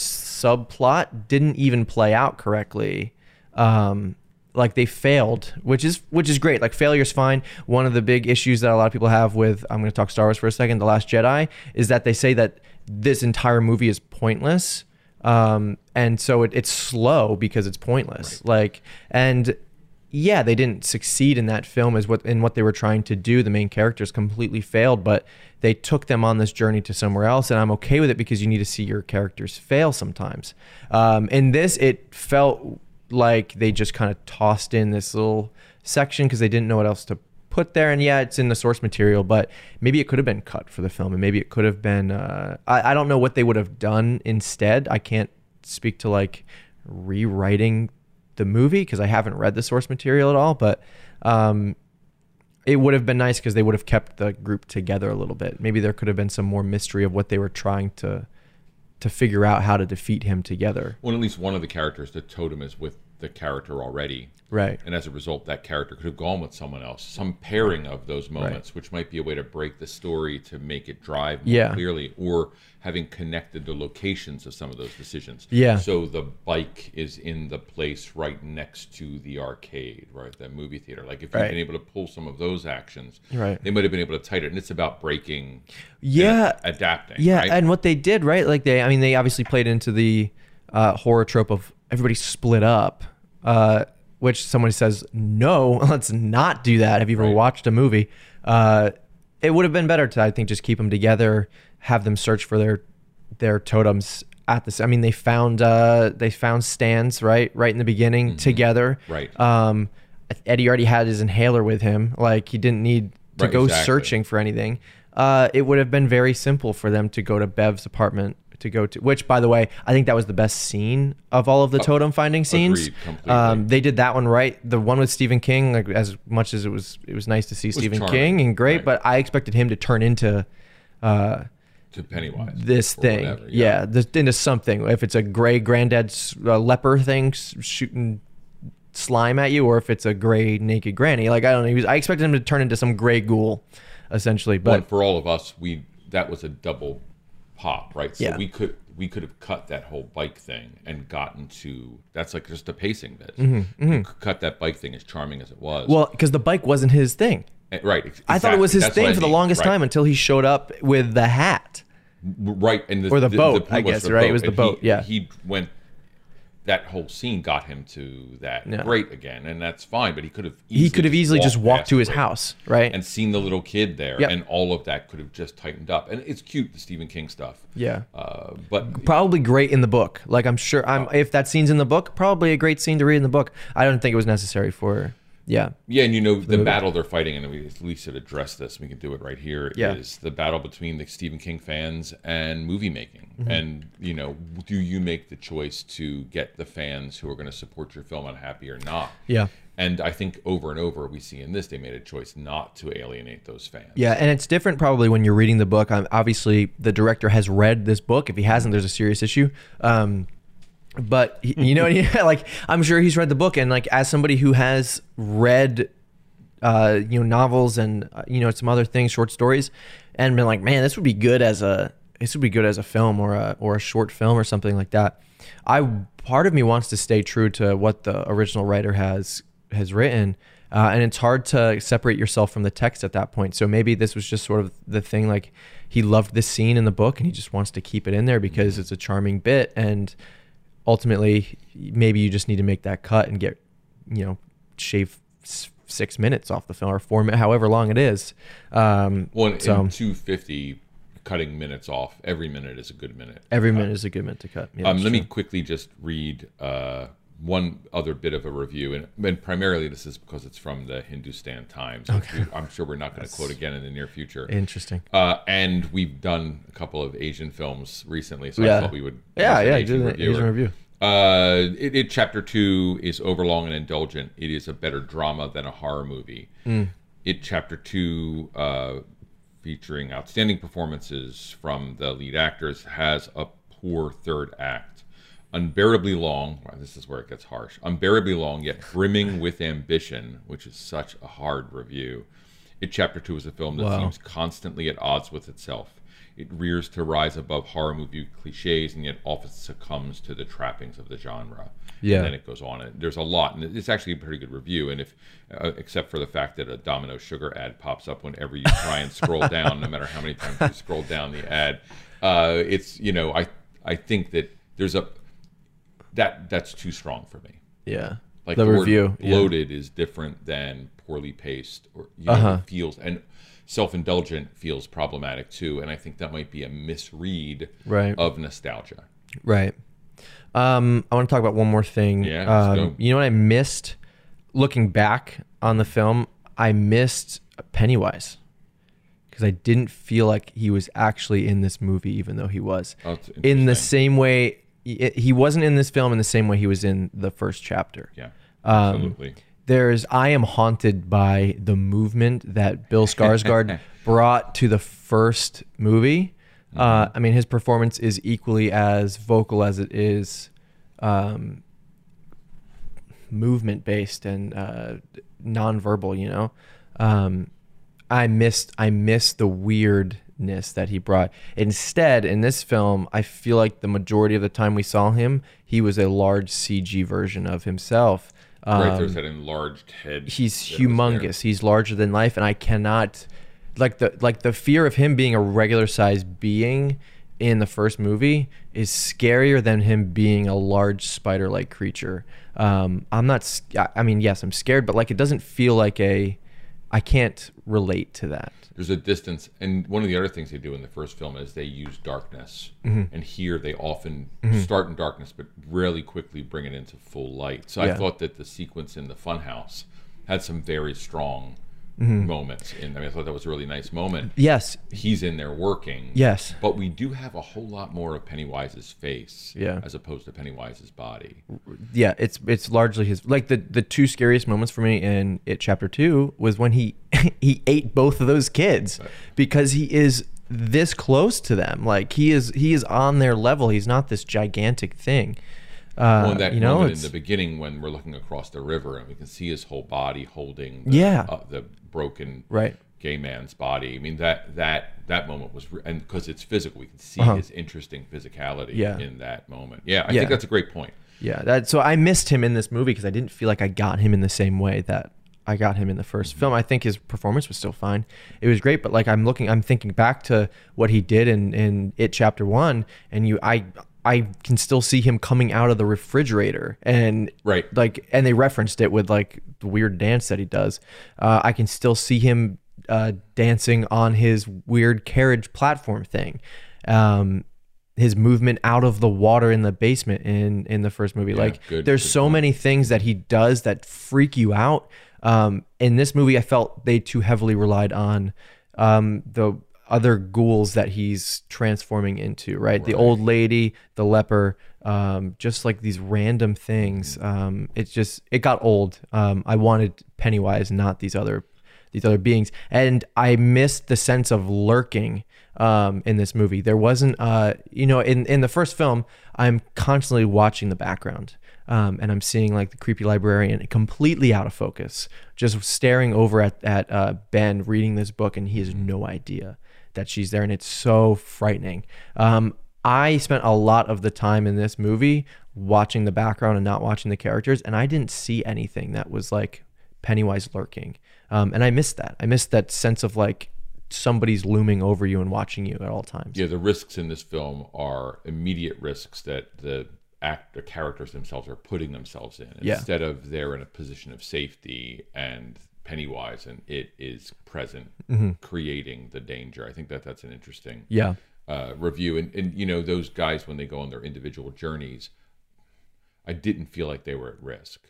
Speaker 3: subplot didn't even play out correctly. Um, like they failed, which is which is great. Like failure's fine. One of the big issues that a lot of people have with I'm going to talk Star Wars for a second, The Last Jedi, is that they say that this entire movie is pointless, um, and so it, it's slow because it's pointless. Like and yeah, they didn't succeed in that film is what in what they were trying to do. The main characters completely failed, but they took them on this journey to somewhere else, and I'm okay with it because you need to see your characters fail sometimes. Um, in this, it felt like they just kind of tossed in this little section because they didn't know what else to put there. And yeah, it's in the source material, but maybe it could have been cut for the film, and maybe it could have been. Uh, I, I don't know what they would have done instead. I can't speak to like rewriting the movie because I haven't read the source material at all. But um, it would have been nice because they would have kept the group together a little bit. Maybe there could have been some more mystery of what they were trying to to figure out how to defeat him together.
Speaker 7: Well, at least one of the characters, the totem is with the character already.
Speaker 3: Right.
Speaker 7: And as a result, that character could have gone with someone else. Some pairing of those moments, which might be a way to break the story to make it drive more
Speaker 3: Yeah.
Speaker 7: clearly, or having connected the locations of some of those decisions.
Speaker 3: Yeah.
Speaker 7: So the bike is in the place right next to the arcade, right? The movie theater. Like if you've
Speaker 3: Right.
Speaker 7: been able to pull some of those actions,
Speaker 3: Right.
Speaker 7: they might have been able to tighten it. And it's about breaking, and
Speaker 3: Yeah.
Speaker 7: adapting.
Speaker 3: Yeah,
Speaker 7: right?
Speaker 3: and what they did, right? Like they, I mean, they obviously played into the uh, horror trope of everybody split up, uh, which somebody says, no, let's not do that. Have you ever watched a movie? Uh, it would have been better to, I think, just keep them together, have them search for their their totems at this. I mean, they found uh, they found stands right right in the beginning together.
Speaker 7: Mm-hmm. Right.
Speaker 3: Um, Eddie already had his inhaler with him. Like he didn't need to
Speaker 7: Right,
Speaker 3: go
Speaker 7: exactly.
Speaker 3: searching for anything. Uh, it would have been very simple for them to go to Bev's apartment to go to. Which, by the way, I think that was the best scene of all of the totem finding scenes.
Speaker 7: Oh, agreed completely.
Speaker 3: Um, they did that one right. The one with Stephen King, like as much as it was, it was nice to see Stephen
Speaker 7: charming,
Speaker 3: King and great.
Speaker 7: right.
Speaker 3: But I expected him to turn into. Uh,
Speaker 7: to Pennywise.
Speaker 3: this
Speaker 7: or
Speaker 3: thing.
Speaker 7: whatever,
Speaker 3: yeah, this, into something. If it's a gray granddad s- uh, leper thing s- shooting slime at you, or if it's a gray naked granny. Like I don't know. He was, I expected him to turn into some gray ghoul, essentially.
Speaker 7: But
Speaker 3: But
Speaker 7: for all of us, we that was a double pop, right? So
Speaker 3: Yeah.
Speaker 7: we could we could have cut that whole bike thing and gotten to that's like just a pacing bit. You could cut that bike thing as charming as it was.
Speaker 3: Mm-hmm, well, because the bike wasn't his thing.
Speaker 7: Eh, right. ex-
Speaker 3: I thought it was his
Speaker 7: exactly. That's what
Speaker 3: thing
Speaker 7: I
Speaker 3: for the
Speaker 7: mean,
Speaker 3: longest
Speaker 7: right.
Speaker 3: time until he showed up with the hat.
Speaker 7: right and
Speaker 3: Or the boat,
Speaker 7: point
Speaker 3: I
Speaker 7: was
Speaker 3: guess,
Speaker 7: the
Speaker 3: right? It was the
Speaker 7: And
Speaker 3: boat,
Speaker 7: he,
Speaker 3: yeah.
Speaker 7: he went that whole scene got him to that
Speaker 3: Yeah.
Speaker 7: great again and that's fine but he could have
Speaker 3: He could have easily just walked
Speaker 7: past
Speaker 3: to his
Speaker 7: the-
Speaker 3: house, right?
Speaker 7: and seen the little kid there
Speaker 3: Yep.
Speaker 7: and all of that could have just tightened up and it's cute the stephen king stuff
Speaker 3: yeah.
Speaker 7: uh, but
Speaker 3: Probably great in the book. Like I'm sure, I'm
Speaker 7: Oh.
Speaker 3: if that scene's in the book, probably a great scene to read in the book. I don't think it was necessary for, yeah,
Speaker 7: Yeah, and you know the battle they're fighting, and we at least should address this. We can do it right here. Is
Speaker 3: Yeah.
Speaker 7: the battle between the Stephen King fans and movie making,
Speaker 3: Mm-hmm.
Speaker 7: and you know, do you make the choice to get the fans who are going to support your film unhappy or not?
Speaker 3: Yeah.
Speaker 7: and I think over and over we see in this they made a choice not to alienate those fans.
Speaker 3: Yeah, and it's different probably when you're reading the book. Um, obviously, the director has read this book. If he hasn't, there's a serious issue. Um, but he- you know, yeah, like I'm sure he's read the book, and like as somebody who has read, uh, you know, novels and uh, you know some other things, short stories, and been like, man, this would be good as a this would be good as a film or a or a short film or something like that. I part of me wants to stay true to what the original writer has has written, uh, and it's hard to separate yourself from the text at that point. So maybe this was just sort of the thing like he loved this scene in the book and he just wants to keep it in there because it's a charming bit and ultimately maybe you just need to make that cut and get you know shave s- six minutes off the film or four minutes however long it is um
Speaker 7: well, in,
Speaker 3: So-
Speaker 7: two fifty, cutting minutes off every minute is a good minute.
Speaker 3: every minute is a good minute to cut Yeah,
Speaker 7: Um,
Speaker 3: that's
Speaker 7: let me
Speaker 3: true.
Speaker 7: quickly just read uh, one other bit of a review, and, and primarily this is because it's from the Hindustan Times. which we- I'm sure we're not going to quote again in the near future.
Speaker 3: interesting
Speaker 7: Uh, and we've done a couple of Asian films recently, so I
Speaker 3: Yeah.
Speaker 7: thought we would.
Speaker 3: yeah
Speaker 7: as an
Speaker 3: yeah
Speaker 7: Asian
Speaker 3: do an
Speaker 7: reviewer.
Speaker 3: Asian review
Speaker 7: Uh, it, it chapter two is overlong and indulgent. It is a better drama than a horror movie.
Speaker 3: Hmm.
Speaker 7: It chapter two, uh, featuring outstanding performances from the lead actors, has a poor third act, unbearably long. wow, this is where it gets harsh. Unbearably long, yet brimming with ambition, which is such a hard review. It chapter two is a film that seems constantly at odds with itself. It rears to rise above horror movie cliches and yet often succumbs to the trappings of the genre.
Speaker 3: Yeah.
Speaker 7: And then it goes on. And There's a lot, and it's actually a pretty good review. And if, uh, except for the fact that a Domino Sugar ad pops up whenever you try and scroll down, no matter how many times you scroll down the ad, uh, it's you know I I think that there's a that that's too strong for me
Speaker 3: yeah
Speaker 7: like
Speaker 3: the,
Speaker 7: the word
Speaker 3: review yeah.
Speaker 7: bloated is different than poorly paced or you know,
Speaker 3: Uh-huh.
Speaker 7: it feels and self-indulgent feels problematic too and i think that might be a misread
Speaker 3: Right.
Speaker 7: of nostalgia
Speaker 3: Right. Um, I want to talk about one more thing.
Speaker 7: Yeah, let's
Speaker 3: Um,
Speaker 7: go.
Speaker 3: you know what I missed? Looking back on the film, I missed Pennywise because I didn't feel like he was actually in this movie, even though he was.
Speaker 7: Oh, that's
Speaker 3: in
Speaker 7: interesting.
Speaker 3: the same way, it, he wasn't in this film in the same way he was in the first chapter
Speaker 7: yeah
Speaker 3: Um,
Speaker 7: absolutely
Speaker 3: there's I am haunted by the movement that Bill Skarsgård brought to the first movie. Uh, I mean, his performance is equally as vocal as it is um, movement based and uh, nonverbal. You know, um, I missed I missed the weirdness that he brought. Instead, in this film, I feel like the majority of the time we saw him, he was a large CG version of himself.
Speaker 7: right
Speaker 3: Um,
Speaker 7: there's that enlarged head
Speaker 3: he's
Speaker 7: that was there.
Speaker 3: humongous. He's larger than life, and I cannot like the like the fear of him being a regular sized being in the first movie is scarier than him being a large spider-like creature. Um, I'm not. s- I- I mean, yes, I'm scared, but like it doesn't feel like a. I can't relate to that.
Speaker 7: there's a distance and one of the other things they do in the first film is they use darkness
Speaker 3: Mm-hmm.
Speaker 7: and here they often start in darkness but really quickly bring it into full light so i
Speaker 3: Yeah.
Speaker 7: thought that the sequence in the funhouse had some very strong
Speaker 3: Mm-hmm.
Speaker 7: moments and i mean i thought that was a really nice moment
Speaker 3: Yes.
Speaker 7: he's in there working
Speaker 3: Yes.
Speaker 7: but we do have a whole lot more of pennywise's face
Speaker 3: Yeah.
Speaker 7: as opposed to pennywise's body
Speaker 3: yeah, it's it's largely his like the the two scariest moments for me in it chapter 2 was when he he ate both of those kids because he is this close to them. Like he is he is on their level. He's not this gigantic thing. Uh,
Speaker 7: Well, that
Speaker 3: you know,
Speaker 7: moment in
Speaker 3: it's-
Speaker 7: the beginning when we're looking across the river and we can see his whole body holding the,
Speaker 3: Yeah.
Speaker 7: uh, the broken
Speaker 3: Right.
Speaker 7: gay man's body. I mean that that that moment was re- and because it's physical, we can see his interesting physicality
Speaker 3: Uh-huh. Yeah.
Speaker 7: in that moment. Yeah, I
Speaker 3: Yeah.
Speaker 7: think that's a great point.
Speaker 3: yeah, that so I missed him in this movie because I didn't feel like I got him in the same way that I got him in the 1st film. I think his performance was still fine. It was great, but like I'm looking I'm thinking back to what he did in in it chapter 1 and you I I can still see him coming out of the refrigerator and
Speaker 7: Right.
Speaker 3: like and they referenced it with like the weird dance that he does uh, i can still see him uh, dancing on his weird carriage platform thing um, his movement out of the water in the basement in in the first movie like
Speaker 7: good-
Speaker 3: there's
Speaker 7: good
Speaker 3: so many things that he does that freak you out um, in this movie i felt they too heavily relied on um, the other ghouls that he's transforming into right the old lady the leper um, just like these random things.
Speaker 7: Mm.
Speaker 3: Um, it's just it got old. Um, I wanted Pennywise, not these other these other beings, and I missed the sense of lurking um, in this movie. There wasn't, uh, you know, in in the first film, I'm constantly watching the background. Um, and I'm seeing like the creepy librarian completely out of focus, just staring over at, at uh, Ben reading this book, and he has no idea that she's there, and it's so frightening. Um, I spent a lot of the time in this movie watching the background and not watching the characters, and I didn't see anything that was like Pennywise lurking, um, and I missed that. I missed that sense of like somebody's looming over you and watching you at all times.
Speaker 7: Yeah, the risks in this film are immediate risks that the act the characters themselves are putting themselves in
Speaker 3: Yeah.
Speaker 7: instead of they're in a position of safety and Pennywise and it is present
Speaker 3: Mm-hmm.
Speaker 7: creating the danger. I think that that's an interesting
Speaker 3: Yeah.
Speaker 7: uh, review. And, and, you know, those guys, when they go on their individual journeys, I didn't feel like they were at risk.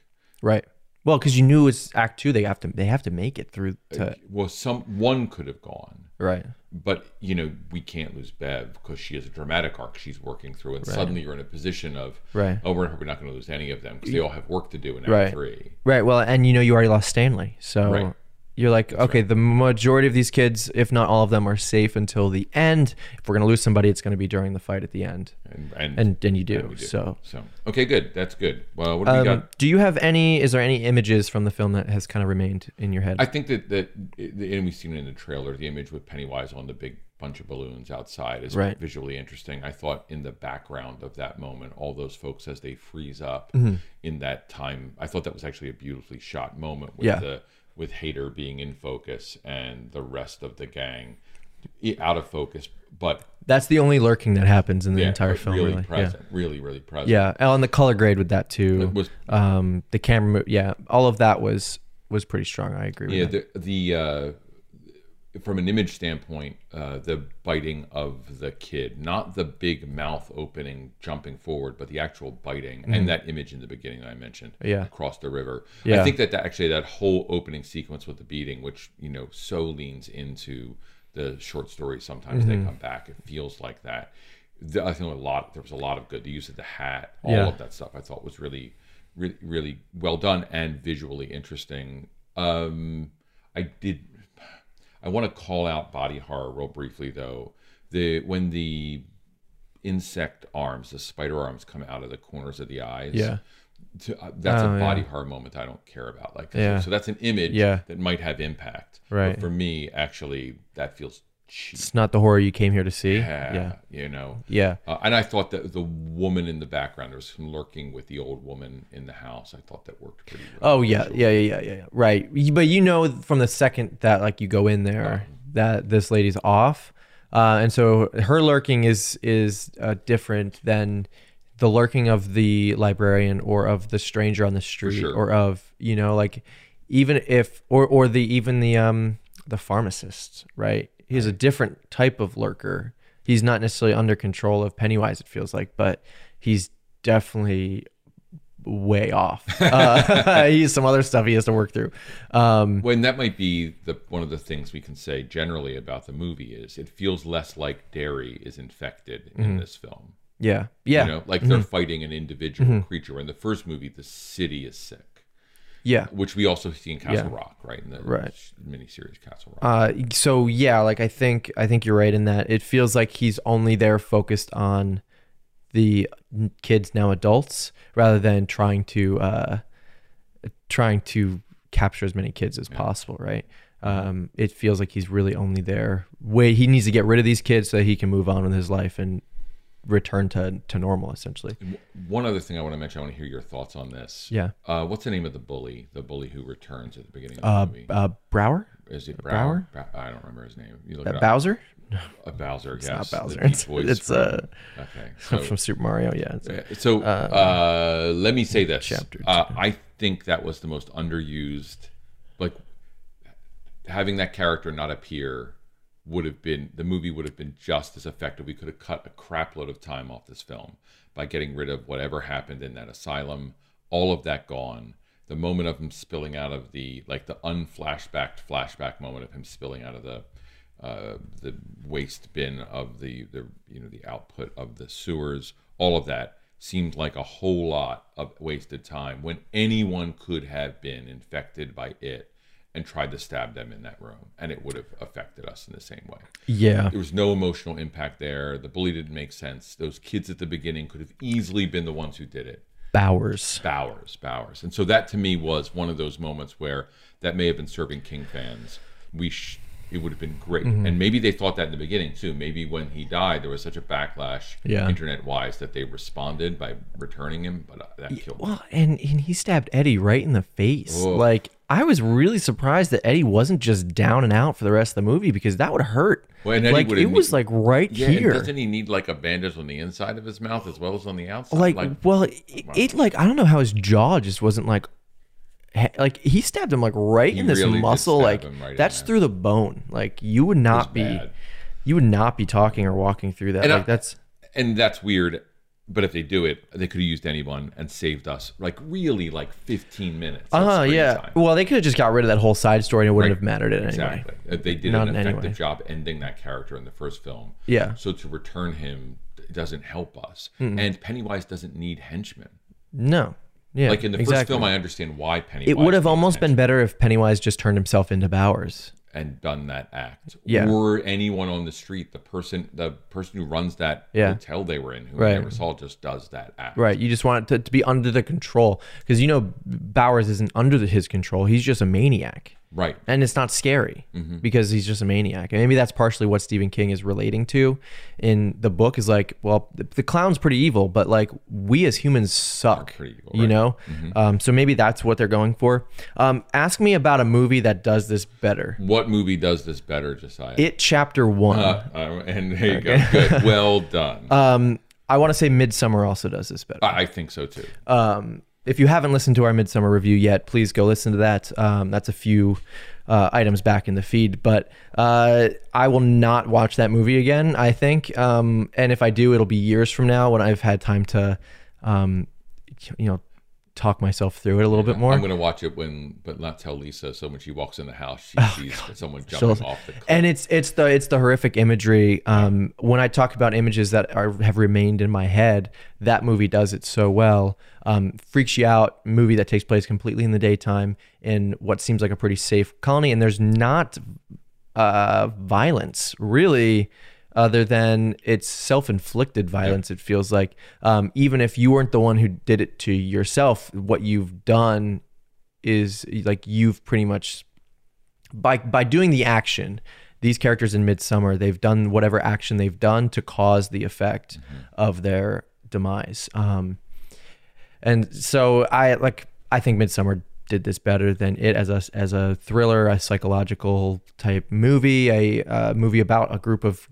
Speaker 3: right. Well, because you knew it's Act Two, they have to they have to make it through to
Speaker 7: Well, some one could have gone,
Speaker 3: right.
Speaker 7: but, you know, we can't lose Bev because she has a dramatic arc she's working through. And suddenly you're in a position of,
Speaker 3: Right.
Speaker 7: oh, we're, we're not going to lose any of them because they all have work to do in Act
Speaker 3: Right.
Speaker 7: Three.
Speaker 3: Right. Well, and you know you already lost Stanley, so
Speaker 7: Right.
Speaker 3: you're like, okay, the majority of these kids, if not all of them, are safe until the end. If we're gonna lose somebody, it's gonna be during the fight at the end,
Speaker 7: And, and,
Speaker 3: and then you do.
Speaker 7: we do.
Speaker 3: So,
Speaker 7: so, okay, good. That's good. Well, what do we
Speaker 3: um,
Speaker 7: got?
Speaker 3: do you have any? Is there any images from the film that has kind of remained in your head?
Speaker 7: I think that that the and we've seen it in the trailer the image with Pennywise on the big bunch of balloons outside is
Speaker 3: Right.
Speaker 7: visually interesting. I thought in the background of that moment, all those folks as they freeze up
Speaker 3: Mm-hmm.
Speaker 7: in that time, I thought that was actually a beautifully shot moment with
Speaker 3: Yeah.
Speaker 7: the with Hater being in focus and the rest of the gang i- out of focus, but
Speaker 3: That's the only lurking that happens in the
Speaker 7: yeah,
Speaker 3: entire
Speaker 7: but
Speaker 3: film,
Speaker 7: really
Speaker 3: really. Yeah.
Speaker 7: present, really really present.
Speaker 3: Yeah, oh, and the color grade with that too.
Speaker 7: It was
Speaker 3: um, the camera, mo- yeah, all of that was was pretty strong. I agree.
Speaker 7: Yeah,
Speaker 3: with that.
Speaker 7: the, the uh, from an image standpoint, uh, the biting of the kid, not the big mouth opening, jumping forward, but the actual biting, and that image in the beginning that I mentioned,
Speaker 3: Yeah.
Speaker 7: across the river. I
Speaker 3: Yeah.
Speaker 7: think that, that actually that whole opening sequence with the beating, which you know so leans into the short story. Sometimes
Speaker 3: Mm-hmm.
Speaker 7: they come back. It feels like that. The, I think a lot. There was a lot of good. The use of the hat, all
Speaker 3: Yeah.
Speaker 7: of that stuff. I thought was really, really, really well done and visually interesting. Um, I did. I want to call out body horror real briefly though. The when the insect arms, the spider arms, come out of the corners of the eyes.
Speaker 3: Yeah.
Speaker 7: to, uh, that's
Speaker 3: Oh,
Speaker 7: a
Speaker 3: yeah.
Speaker 7: body horror moment I don't care about. Like,
Speaker 3: Yeah.
Speaker 7: so that's an image
Speaker 3: Yeah.
Speaker 7: that might have impact.
Speaker 3: Right.
Speaker 7: But for me, actually, that feels cheap.
Speaker 3: it's not the horror you came here to see.
Speaker 7: Yeah.
Speaker 3: yeah,
Speaker 7: You know.
Speaker 3: yeah.
Speaker 7: Uh, and I thought that the woman in the background, there was some lurking with the old woman in the house. I thought that worked pretty well.
Speaker 3: Oh yeah, yeah, yeah, yeah, yeah. yeah.
Speaker 7: Uh-huh.
Speaker 3: Right, You- but you know from the second that like you go in there that this lady's off, Uh, and so her lurking is is uh, different than the lurking of the librarian or of the stranger on the street
Speaker 7: sure.
Speaker 3: or of you know like even if or or the even the um the pharmacist right he's a different type of lurker he's not necessarily under control of pennywise it feels like but he's definitely way off uh, he's some other stuff he has to work through um
Speaker 7: Well, and that might be the one of the things we can say generally about the movie is it feels less like Derry is infected in this film.
Speaker 3: yeah Mm-hmm. yeah Mm-hmm.
Speaker 7: You know, like they're fighting an individual creature. In the first movie, the city is sick,
Speaker 3: yeah
Speaker 7: which we also see in Castle
Speaker 3: Yeah.
Speaker 7: Rock, right? In the
Speaker 3: Right.
Speaker 7: sh- miniseries Castle Rock.
Speaker 3: Uh, so yeah, like I think I think you're right in that it feels like he's only there focused on the n- kids now adults rather than trying to uh, trying to capture as many kids as possible, right? Um, it feels like he's really only there. Way he needs to get rid of these kids so that he can move on with his life and return to to normal, essentially.
Speaker 7: one other thing I want to mention, I want to hear your thoughts on this.
Speaker 3: Yeah.
Speaker 7: Uh, what's the name of the bully? The bully who returns at the beginning of the
Speaker 3: Uh,
Speaker 7: movie.
Speaker 3: uh, Brower,
Speaker 7: Is it Brower? Brow- I don't remember his name. You look
Speaker 3: uh,
Speaker 7: it up.
Speaker 3: Bowser,
Speaker 7: Uh, Bowser. It's
Speaker 3: not
Speaker 7: yes.
Speaker 3: Bowser.
Speaker 7: The deep
Speaker 3: It's,
Speaker 7: voice
Speaker 3: it's
Speaker 7: from-
Speaker 3: uh,
Speaker 7: okay.
Speaker 3: from Super Mario. Yeah, it's-
Speaker 7: Yeah, So uh, let me say this.
Speaker 3: chapter
Speaker 7: Uh, I think that was the most underused. Like having that character not appear would have been the movie would have been just as effective. We could have cut a crapload of time off this film by getting rid of whatever happened in that asylum. All of that gone. The moment of him spilling out of the like the unflashbacked flashback moment of him spilling out of the uh, the waste bin of the, the you know the output of the sewers all of that seemed like a whole lot of wasted time when anyone could have been infected by it and tried to stab them in that room and it would have affected us in the same way
Speaker 3: yeah.
Speaker 7: there was no emotional impact there the bully didn't make sense those kids at the beginning could have easily been the ones who did it
Speaker 3: Bowers.
Speaker 7: Bowers, Bowers. And so that to me was one of those moments where that may have been serving King fans. We sh- it would have been great.
Speaker 3: Mm-hmm.
Speaker 7: And maybe they thought that in the beginning too. Maybe when he died there was such a backlash
Speaker 3: Yeah.
Speaker 7: internet wise that they responded by returning him, but uh, that killed him.
Speaker 3: Well, and, and he stabbed Eddie right in the face.
Speaker 7: Oh.
Speaker 3: Like, I was really surprised that Eddie wasn't just down and out for the rest of the movie because that would hurt.
Speaker 7: Well, and Eddie
Speaker 3: like,
Speaker 7: would've
Speaker 3: it was
Speaker 7: need-
Speaker 3: like right
Speaker 7: Yeah, and
Speaker 3: here.
Speaker 7: doesn't he need like a bandage on the inside of his mouth as well as on the outside?
Speaker 3: Like, well, it, it, like, I don't know how his jaw just wasn't like, he- like, he stabbed him like right
Speaker 7: He
Speaker 3: in this
Speaker 7: really did
Speaker 3: muscle.
Speaker 7: stab
Speaker 3: Like,
Speaker 7: him right in
Speaker 3: that's
Speaker 7: there.
Speaker 3: through the bone. Like, you would not be,
Speaker 7: bad.
Speaker 3: you would not be talking or walking through that.
Speaker 7: And
Speaker 3: like,
Speaker 7: I-
Speaker 3: that's,
Speaker 7: and that's weird. But if they do it, they could have used anyone and saved us like really like 15 minutes. of
Speaker 3: uh,
Speaker 7: screen
Speaker 3: yeah.
Speaker 7: time.
Speaker 3: Well, they could have just got rid of that whole side story and it wouldn't
Speaker 7: Right.
Speaker 3: have mattered in any way.
Speaker 7: Exactly. Uh, They did
Speaker 3: Not in
Speaker 7: an
Speaker 3: any
Speaker 7: effective
Speaker 3: way.
Speaker 7: job ending that character in the first film.
Speaker 3: Yeah. Mm-hmm.
Speaker 7: So to return him doesn't help us. And Pennywise doesn't need henchmen.
Speaker 3: No. Yeah.
Speaker 7: like in the first
Speaker 3: exactly.
Speaker 7: film, I understand why Pennywise.
Speaker 3: It would have
Speaker 7: needs
Speaker 3: almost been
Speaker 7: henchmen
Speaker 3: better if Pennywise just turned himself into Bowers.
Speaker 7: and done that act.
Speaker 3: Yeah.
Speaker 7: Or anyone on the street, the person, the person who runs that
Speaker 3: Yeah.
Speaker 7: hotel they were in, who
Speaker 3: Right.
Speaker 7: I never saw, just does that act.
Speaker 3: Right. You just want it to, to be under the control because you know Bowers isn't under the, his control. He's just a maniac.
Speaker 7: Right.
Speaker 3: And it's not scary
Speaker 7: Mm-hmm.
Speaker 3: because he's just a maniac. And maybe that's partially what Stephen King is relating to in the book is like, well, the, the clown's pretty evil, but like we as humans suck,
Speaker 7: pretty evil,
Speaker 3: you
Speaker 7: right. Mm-hmm.
Speaker 3: know? Um, so maybe that's what they're going for. Um, ask me about a movie that does this better.
Speaker 7: What movie does this better, Josiah?
Speaker 3: It chapter one.
Speaker 7: uh, uh, and there you go. Good. Well done.
Speaker 3: Uh, I want to say Midsummer also does this better.
Speaker 7: I I think so too.
Speaker 3: if you haven't listened to our midsummer review yet, please go listen to that. Um, that's a few uh, items back in the feed, but uh, I will not watch that movie again. I think, um, and if I do, it'll be years from now when I've had time to, um, you know, talk myself through it a little bit more.
Speaker 7: I'm gonna watch it when, but not tell Lisa. So when she walks in the house, she sees someone jumping
Speaker 3: Oh, She'll-
Speaker 7: off the cliff.
Speaker 3: and it's it's the it's the horrific imagery. Um, when I talk about images that are have remained in my head, that movie does it so well. Um, freaks you out. Movie that takes place completely in the daytime in what seems like a pretty safe colony, and there's not uh, violence really. Other than it's self-inflicted violence, it feels like um, even if you weren't the one who did it to yourself, what you've done is like you've pretty much by by doing the action these characters in midsummer they've done whatever action they've done to cause the effect of their demise um and so i like i think midsummer did this better than it as a as a thriller a psychological type movie a uh, movie about a group of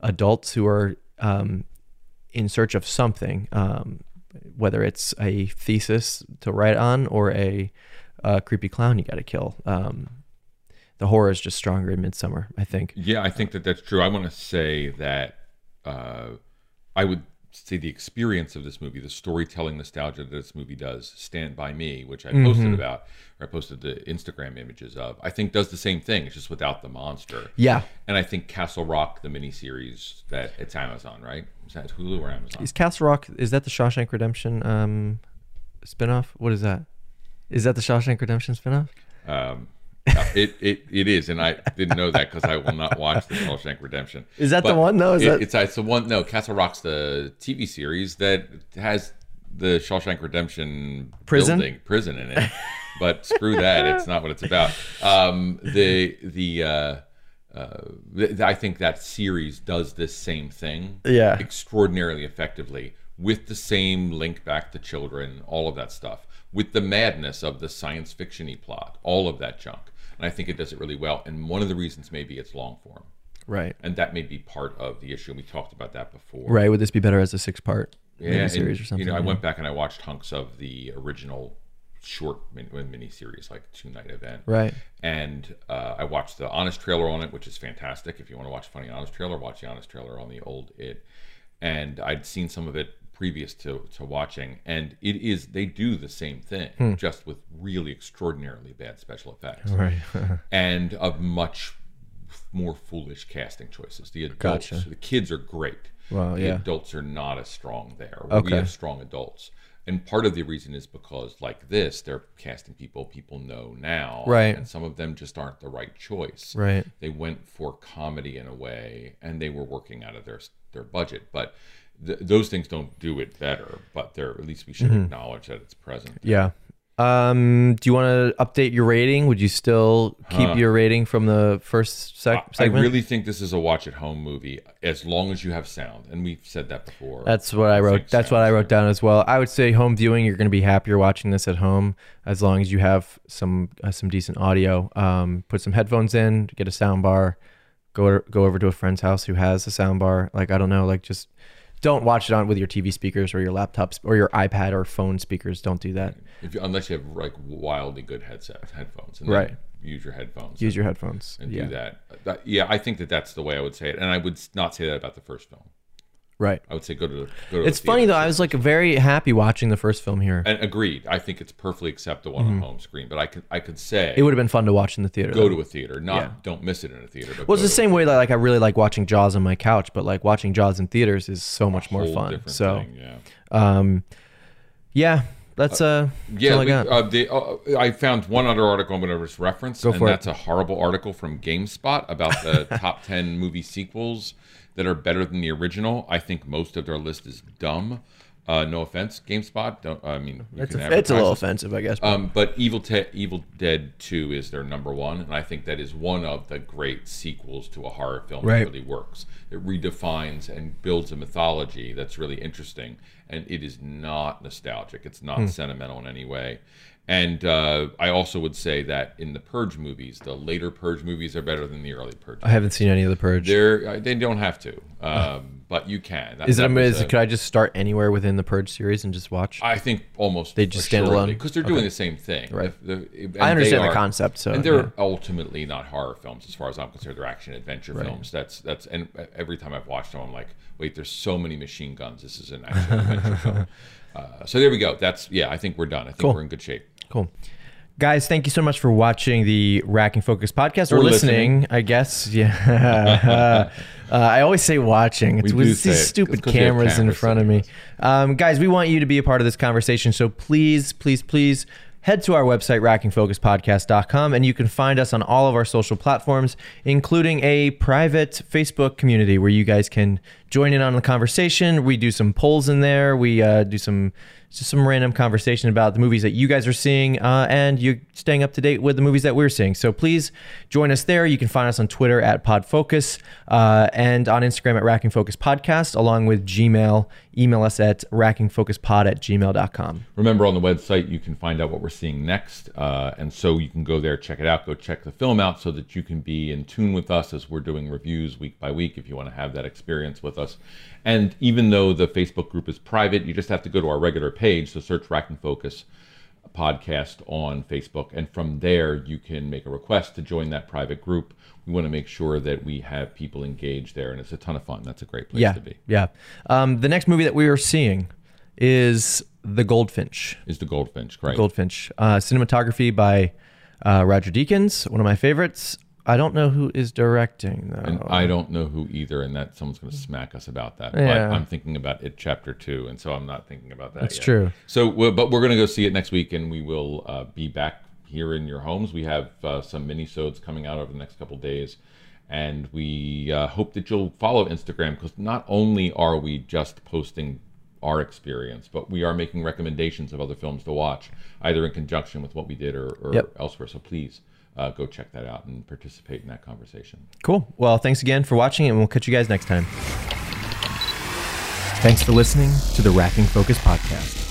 Speaker 3: adults who are um, in search of something, um, whether it's a thesis to write on or a, uh creepy clown you got to kill. Um, the horror is just stronger in Midsummer, I think.
Speaker 7: Yeah, I think that that's true. I want to say that uh, I would say the experience of this movie, the storytelling nostalgia that this movie does, Stand By Me, which I posted
Speaker 3: Mm-hmm.
Speaker 7: about, or I posted the Instagram images of, I think does the same thing. It's just without the monster.
Speaker 3: Yeah,
Speaker 7: And I think Castle Rock, the miniseries that it's Amazon, right? Is that Hulu or Amazon?
Speaker 3: is Castle Rock is that the Shawshank Redemption um, spinoff? What is that? Is that the Shawshank Redemption spinoff?
Speaker 7: Um, yeah, it, it it is, and I didn't know that because I will not watch the Shawshank Redemption.
Speaker 3: Is that the one, though? Is
Speaker 7: it-
Speaker 3: that-
Speaker 7: it's uh, it's the one? No, Castle Rock's the TV series that has the Shawshank Redemption
Speaker 3: Prison?
Speaker 7: building, prison in it. but screw that; it's not what it's about. Um, the the. Uh, uh, th- I think that series does this same thing,
Speaker 3: Yeah.
Speaker 7: extraordinarily effectively with the same link back to children, all of that stuff, with the madness of the science fiction-y plot, all of that junk. And I think it does it really well. And one of the reasons maybe it's long form,
Speaker 3: Right.
Speaker 7: and that may be part of the issue. And we talked about that before,
Speaker 3: Right. Would this be better as a six part
Speaker 7: and,
Speaker 3: series or something?
Speaker 7: You know, I
Speaker 3: yeah.
Speaker 7: went back and I watched hunks of the original short mini series, like two night event,
Speaker 3: Right.
Speaker 7: and uh, I watched the Honest trailer on it, which is fantastic. If you want to watch a funny Honest trailer, watch the Honest trailer on the old it. And I'd seen some of it previous to to watching, and it is they do the same thing, just with really extraordinarily bad special effects,
Speaker 3: Right.
Speaker 7: and of much f- more foolish casting choices. The adults,
Speaker 3: Gotcha.
Speaker 7: the kids are great.
Speaker 3: Wow,
Speaker 7: the
Speaker 3: yeah.
Speaker 7: adults are not as strong there. We
Speaker 3: Okay.
Speaker 7: have strong adults. And part of the reason is because, like this, they're casting people people know now.
Speaker 3: Right.
Speaker 7: And some of them just aren't the right choice.
Speaker 3: Right.
Speaker 7: They went for comedy in a way, and they were working out of their their budget. But th- those things don't do it better. But they're at least we should
Speaker 3: Mm-hmm.
Speaker 7: acknowledge that it's present.
Speaker 3: Yeah. Um, do you want to update your rating? Would you still keep your rating from the first sec-
Speaker 7: Uh, I- I
Speaker 3: segment?
Speaker 7: really think this is a watch at home movie as long as you have sound. And we've said that before.
Speaker 3: That's what I wrote.
Speaker 7: think
Speaker 3: That's
Speaker 7: so.
Speaker 3: what I wrote down as well. I would say home viewing. You're going to be happier watching this at home as long as you have some uh, some decent audio. Um, put some headphones in, get a sound bar, go go over to a friend's house who has a sound bar. Like I don't know, like just don't watch it on with your TV speakers or your laptops or your iPad or phone speakers. Don't do that.
Speaker 7: If you, unless you have like wildly good headsets, headphones, and then
Speaker 3: Right.
Speaker 7: Use your headphones.
Speaker 3: Use your headphones.
Speaker 7: and
Speaker 3: yeah.
Speaker 7: do that. That- Yeah, I think that that's the way I would say it, and I would s- not say that about the first film.
Speaker 3: Right.
Speaker 7: I would say go to the. Go to
Speaker 3: It's
Speaker 7: the
Speaker 3: funny
Speaker 7: theater.
Speaker 3: though. I was like very happy watching the first film here.
Speaker 7: and agreed. I think it's perfectly acceptable on a home screen, but I could I could say
Speaker 3: Mm-hmm. It would have been fun to watch in the theater.
Speaker 7: go
Speaker 3: though.
Speaker 7: to a theater, not
Speaker 3: Yeah.
Speaker 7: don't miss it in a theater. But
Speaker 3: Well, it's the
Speaker 7: go to
Speaker 3: same way that like I really like watching Jaws on my couch, but like watching Jaws in theaters is so much
Speaker 7: a
Speaker 3: more
Speaker 7: whole
Speaker 3: fun.
Speaker 7: different
Speaker 3: So,
Speaker 7: thing, yeah.
Speaker 3: um, yeah, that's uh, that's
Speaker 7: Yeah,
Speaker 3: all I
Speaker 7: we-
Speaker 3: got.
Speaker 7: uh, the, uh, I found one other article I'm going to just reference, and
Speaker 3: for it.
Speaker 7: that's a horrible article from GameSpot about the top 10 movie sequels that are better than the original. I think most of their list is dumb. Uh, no offense, GameSpot. Don't, I mean, you
Speaker 3: it's,
Speaker 7: can
Speaker 3: a, it's a
Speaker 7: advertise
Speaker 3: little
Speaker 7: us.
Speaker 3: offensive, I guess. but-
Speaker 7: Um, but Evil Te- Evil Dead Two is their number one, and I think that is one of the great sequels to a horror film
Speaker 3: Right.
Speaker 7: that really works. It redefines and builds a mythology that's really interesting, and it is not nostalgic. It's not
Speaker 3: Hmm.
Speaker 7: sentimental in any way. And uh, I also would say that in the Purge movies, the later Purge movies are better than the early Purge.
Speaker 3: I haven't seen any of the Purge.
Speaker 7: They're, uh, they don't have to, um, but you can. That-
Speaker 3: Is it
Speaker 7: that was
Speaker 3: amazing?
Speaker 7: a-
Speaker 3: Could I just start anywhere within the Purge series and just watch?
Speaker 7: I think almost
Speaker 3: They just stand alone?
Speaker 7: because they're doing the same thing.
Speaker 3: Right.
Speaker 7: The- the- and
Speaker 3: I understand
Speaker 7: they
Speaker 3: the
Speaker 7: are-
Speaker 3: concept, so,
Speaker 7: and they're
Speaker 3: yeah.
Speaker 7: ultimately not horror films, as far as I'm concerned. They're action adventure films. That's that's and e, every time I've watched them, I'm like, wait, there's so many machine guns. This is an action adventure film. Uh, so there we go. That's yeah. I think we're done. I think we're in good shape.
Speaker 3: Cool. Guys, thank you so much for watching the Rack and Focus podcast or,
Speaker 7: Or
Speaker 3: listening,
Speaker 7: listening.
Speaker 3: I guess. Yeah. uh, I always say watching. It's
Speaker 7: We
Speaker 3: with
Speaker 7: do
Speaker 3: these
Speaker 7: say it. It's
Speaker 3: stupid
Speaker 7: 'cause we have
Speaker 3: cameras, in
Speaker 7: cameras
Speaker 3: front of me. Um, guys, we want you to be a part of this conversation. So please, please, please head to our website, rackingfocuspodcast.com, and you can find us on all of our social platforms, including a private Facebook community where you guys can join in on the conversation. We do some polls in there. We uh, do some just some random conversation about the movies that you guys are seeing, uh, and you staying up to date with the movies that we're seeing. So please join us there. You can find us on Twitter at PodFocus uh, and on Instagram at Racking Focus Podcast, along with Gmail, email us at rackingfocuspod at gmail.com.
Speaker 7: Remember, on the website, you can find out what we're seeing next. Uh, and so you can go there, check it out, go check the film out so that you can be in tune with us as we're doing reviews week by week if you want to have that experience with us. And even though the Facebook group is private, you just have to go to our regular page. So search Rack and Focus podcast on Facebook. And from there, you can make a request to join that private group. We want to make sure that we have people engaged there. And it's a ton of fun. That's a great place
Speaker 3: Yeah.
Speaker 7: to be.
Speaker 3: Yeah. Um, the next movie that we are seeing is The Goldfinch.
Speaker 7: Is the Goldfinch, correct?
Speaker 3: Goldfinch. Uh, cinematography by uh, Roger Deakins, one of my favorites. I don't know who is directing though.
Speaker 7: And I don't know who either, and that someone's going to smack us about that.
Speaker 3: Yeah.
Speaker 7: But I'm thinking about it, chapter two, and so I'm not thinking about that.
Speaker 3: That's
Speaker 7: yet.
Speaker 3: true.
Speaker 7: So, we but we're going to go see it next week, and we will uh, be back here in your homes. We have uh, some mini-sodes coming out over the next couple days, and we uh, hope that you'll follow Instagram because not only are we just posting our experience, but we are making recommendations of other films to watch, either in conjunction with what we did or, or
Speaker 3: Yep.
Speaker 7: elsewhere. So please. Uh, go check that out and participate in that conversation.
Speaker 3: Cool. Well, thanks again for watching, and we'll catch you guys next time.
Speaker 8: Thanks for listening to the Racking Focus Podcast.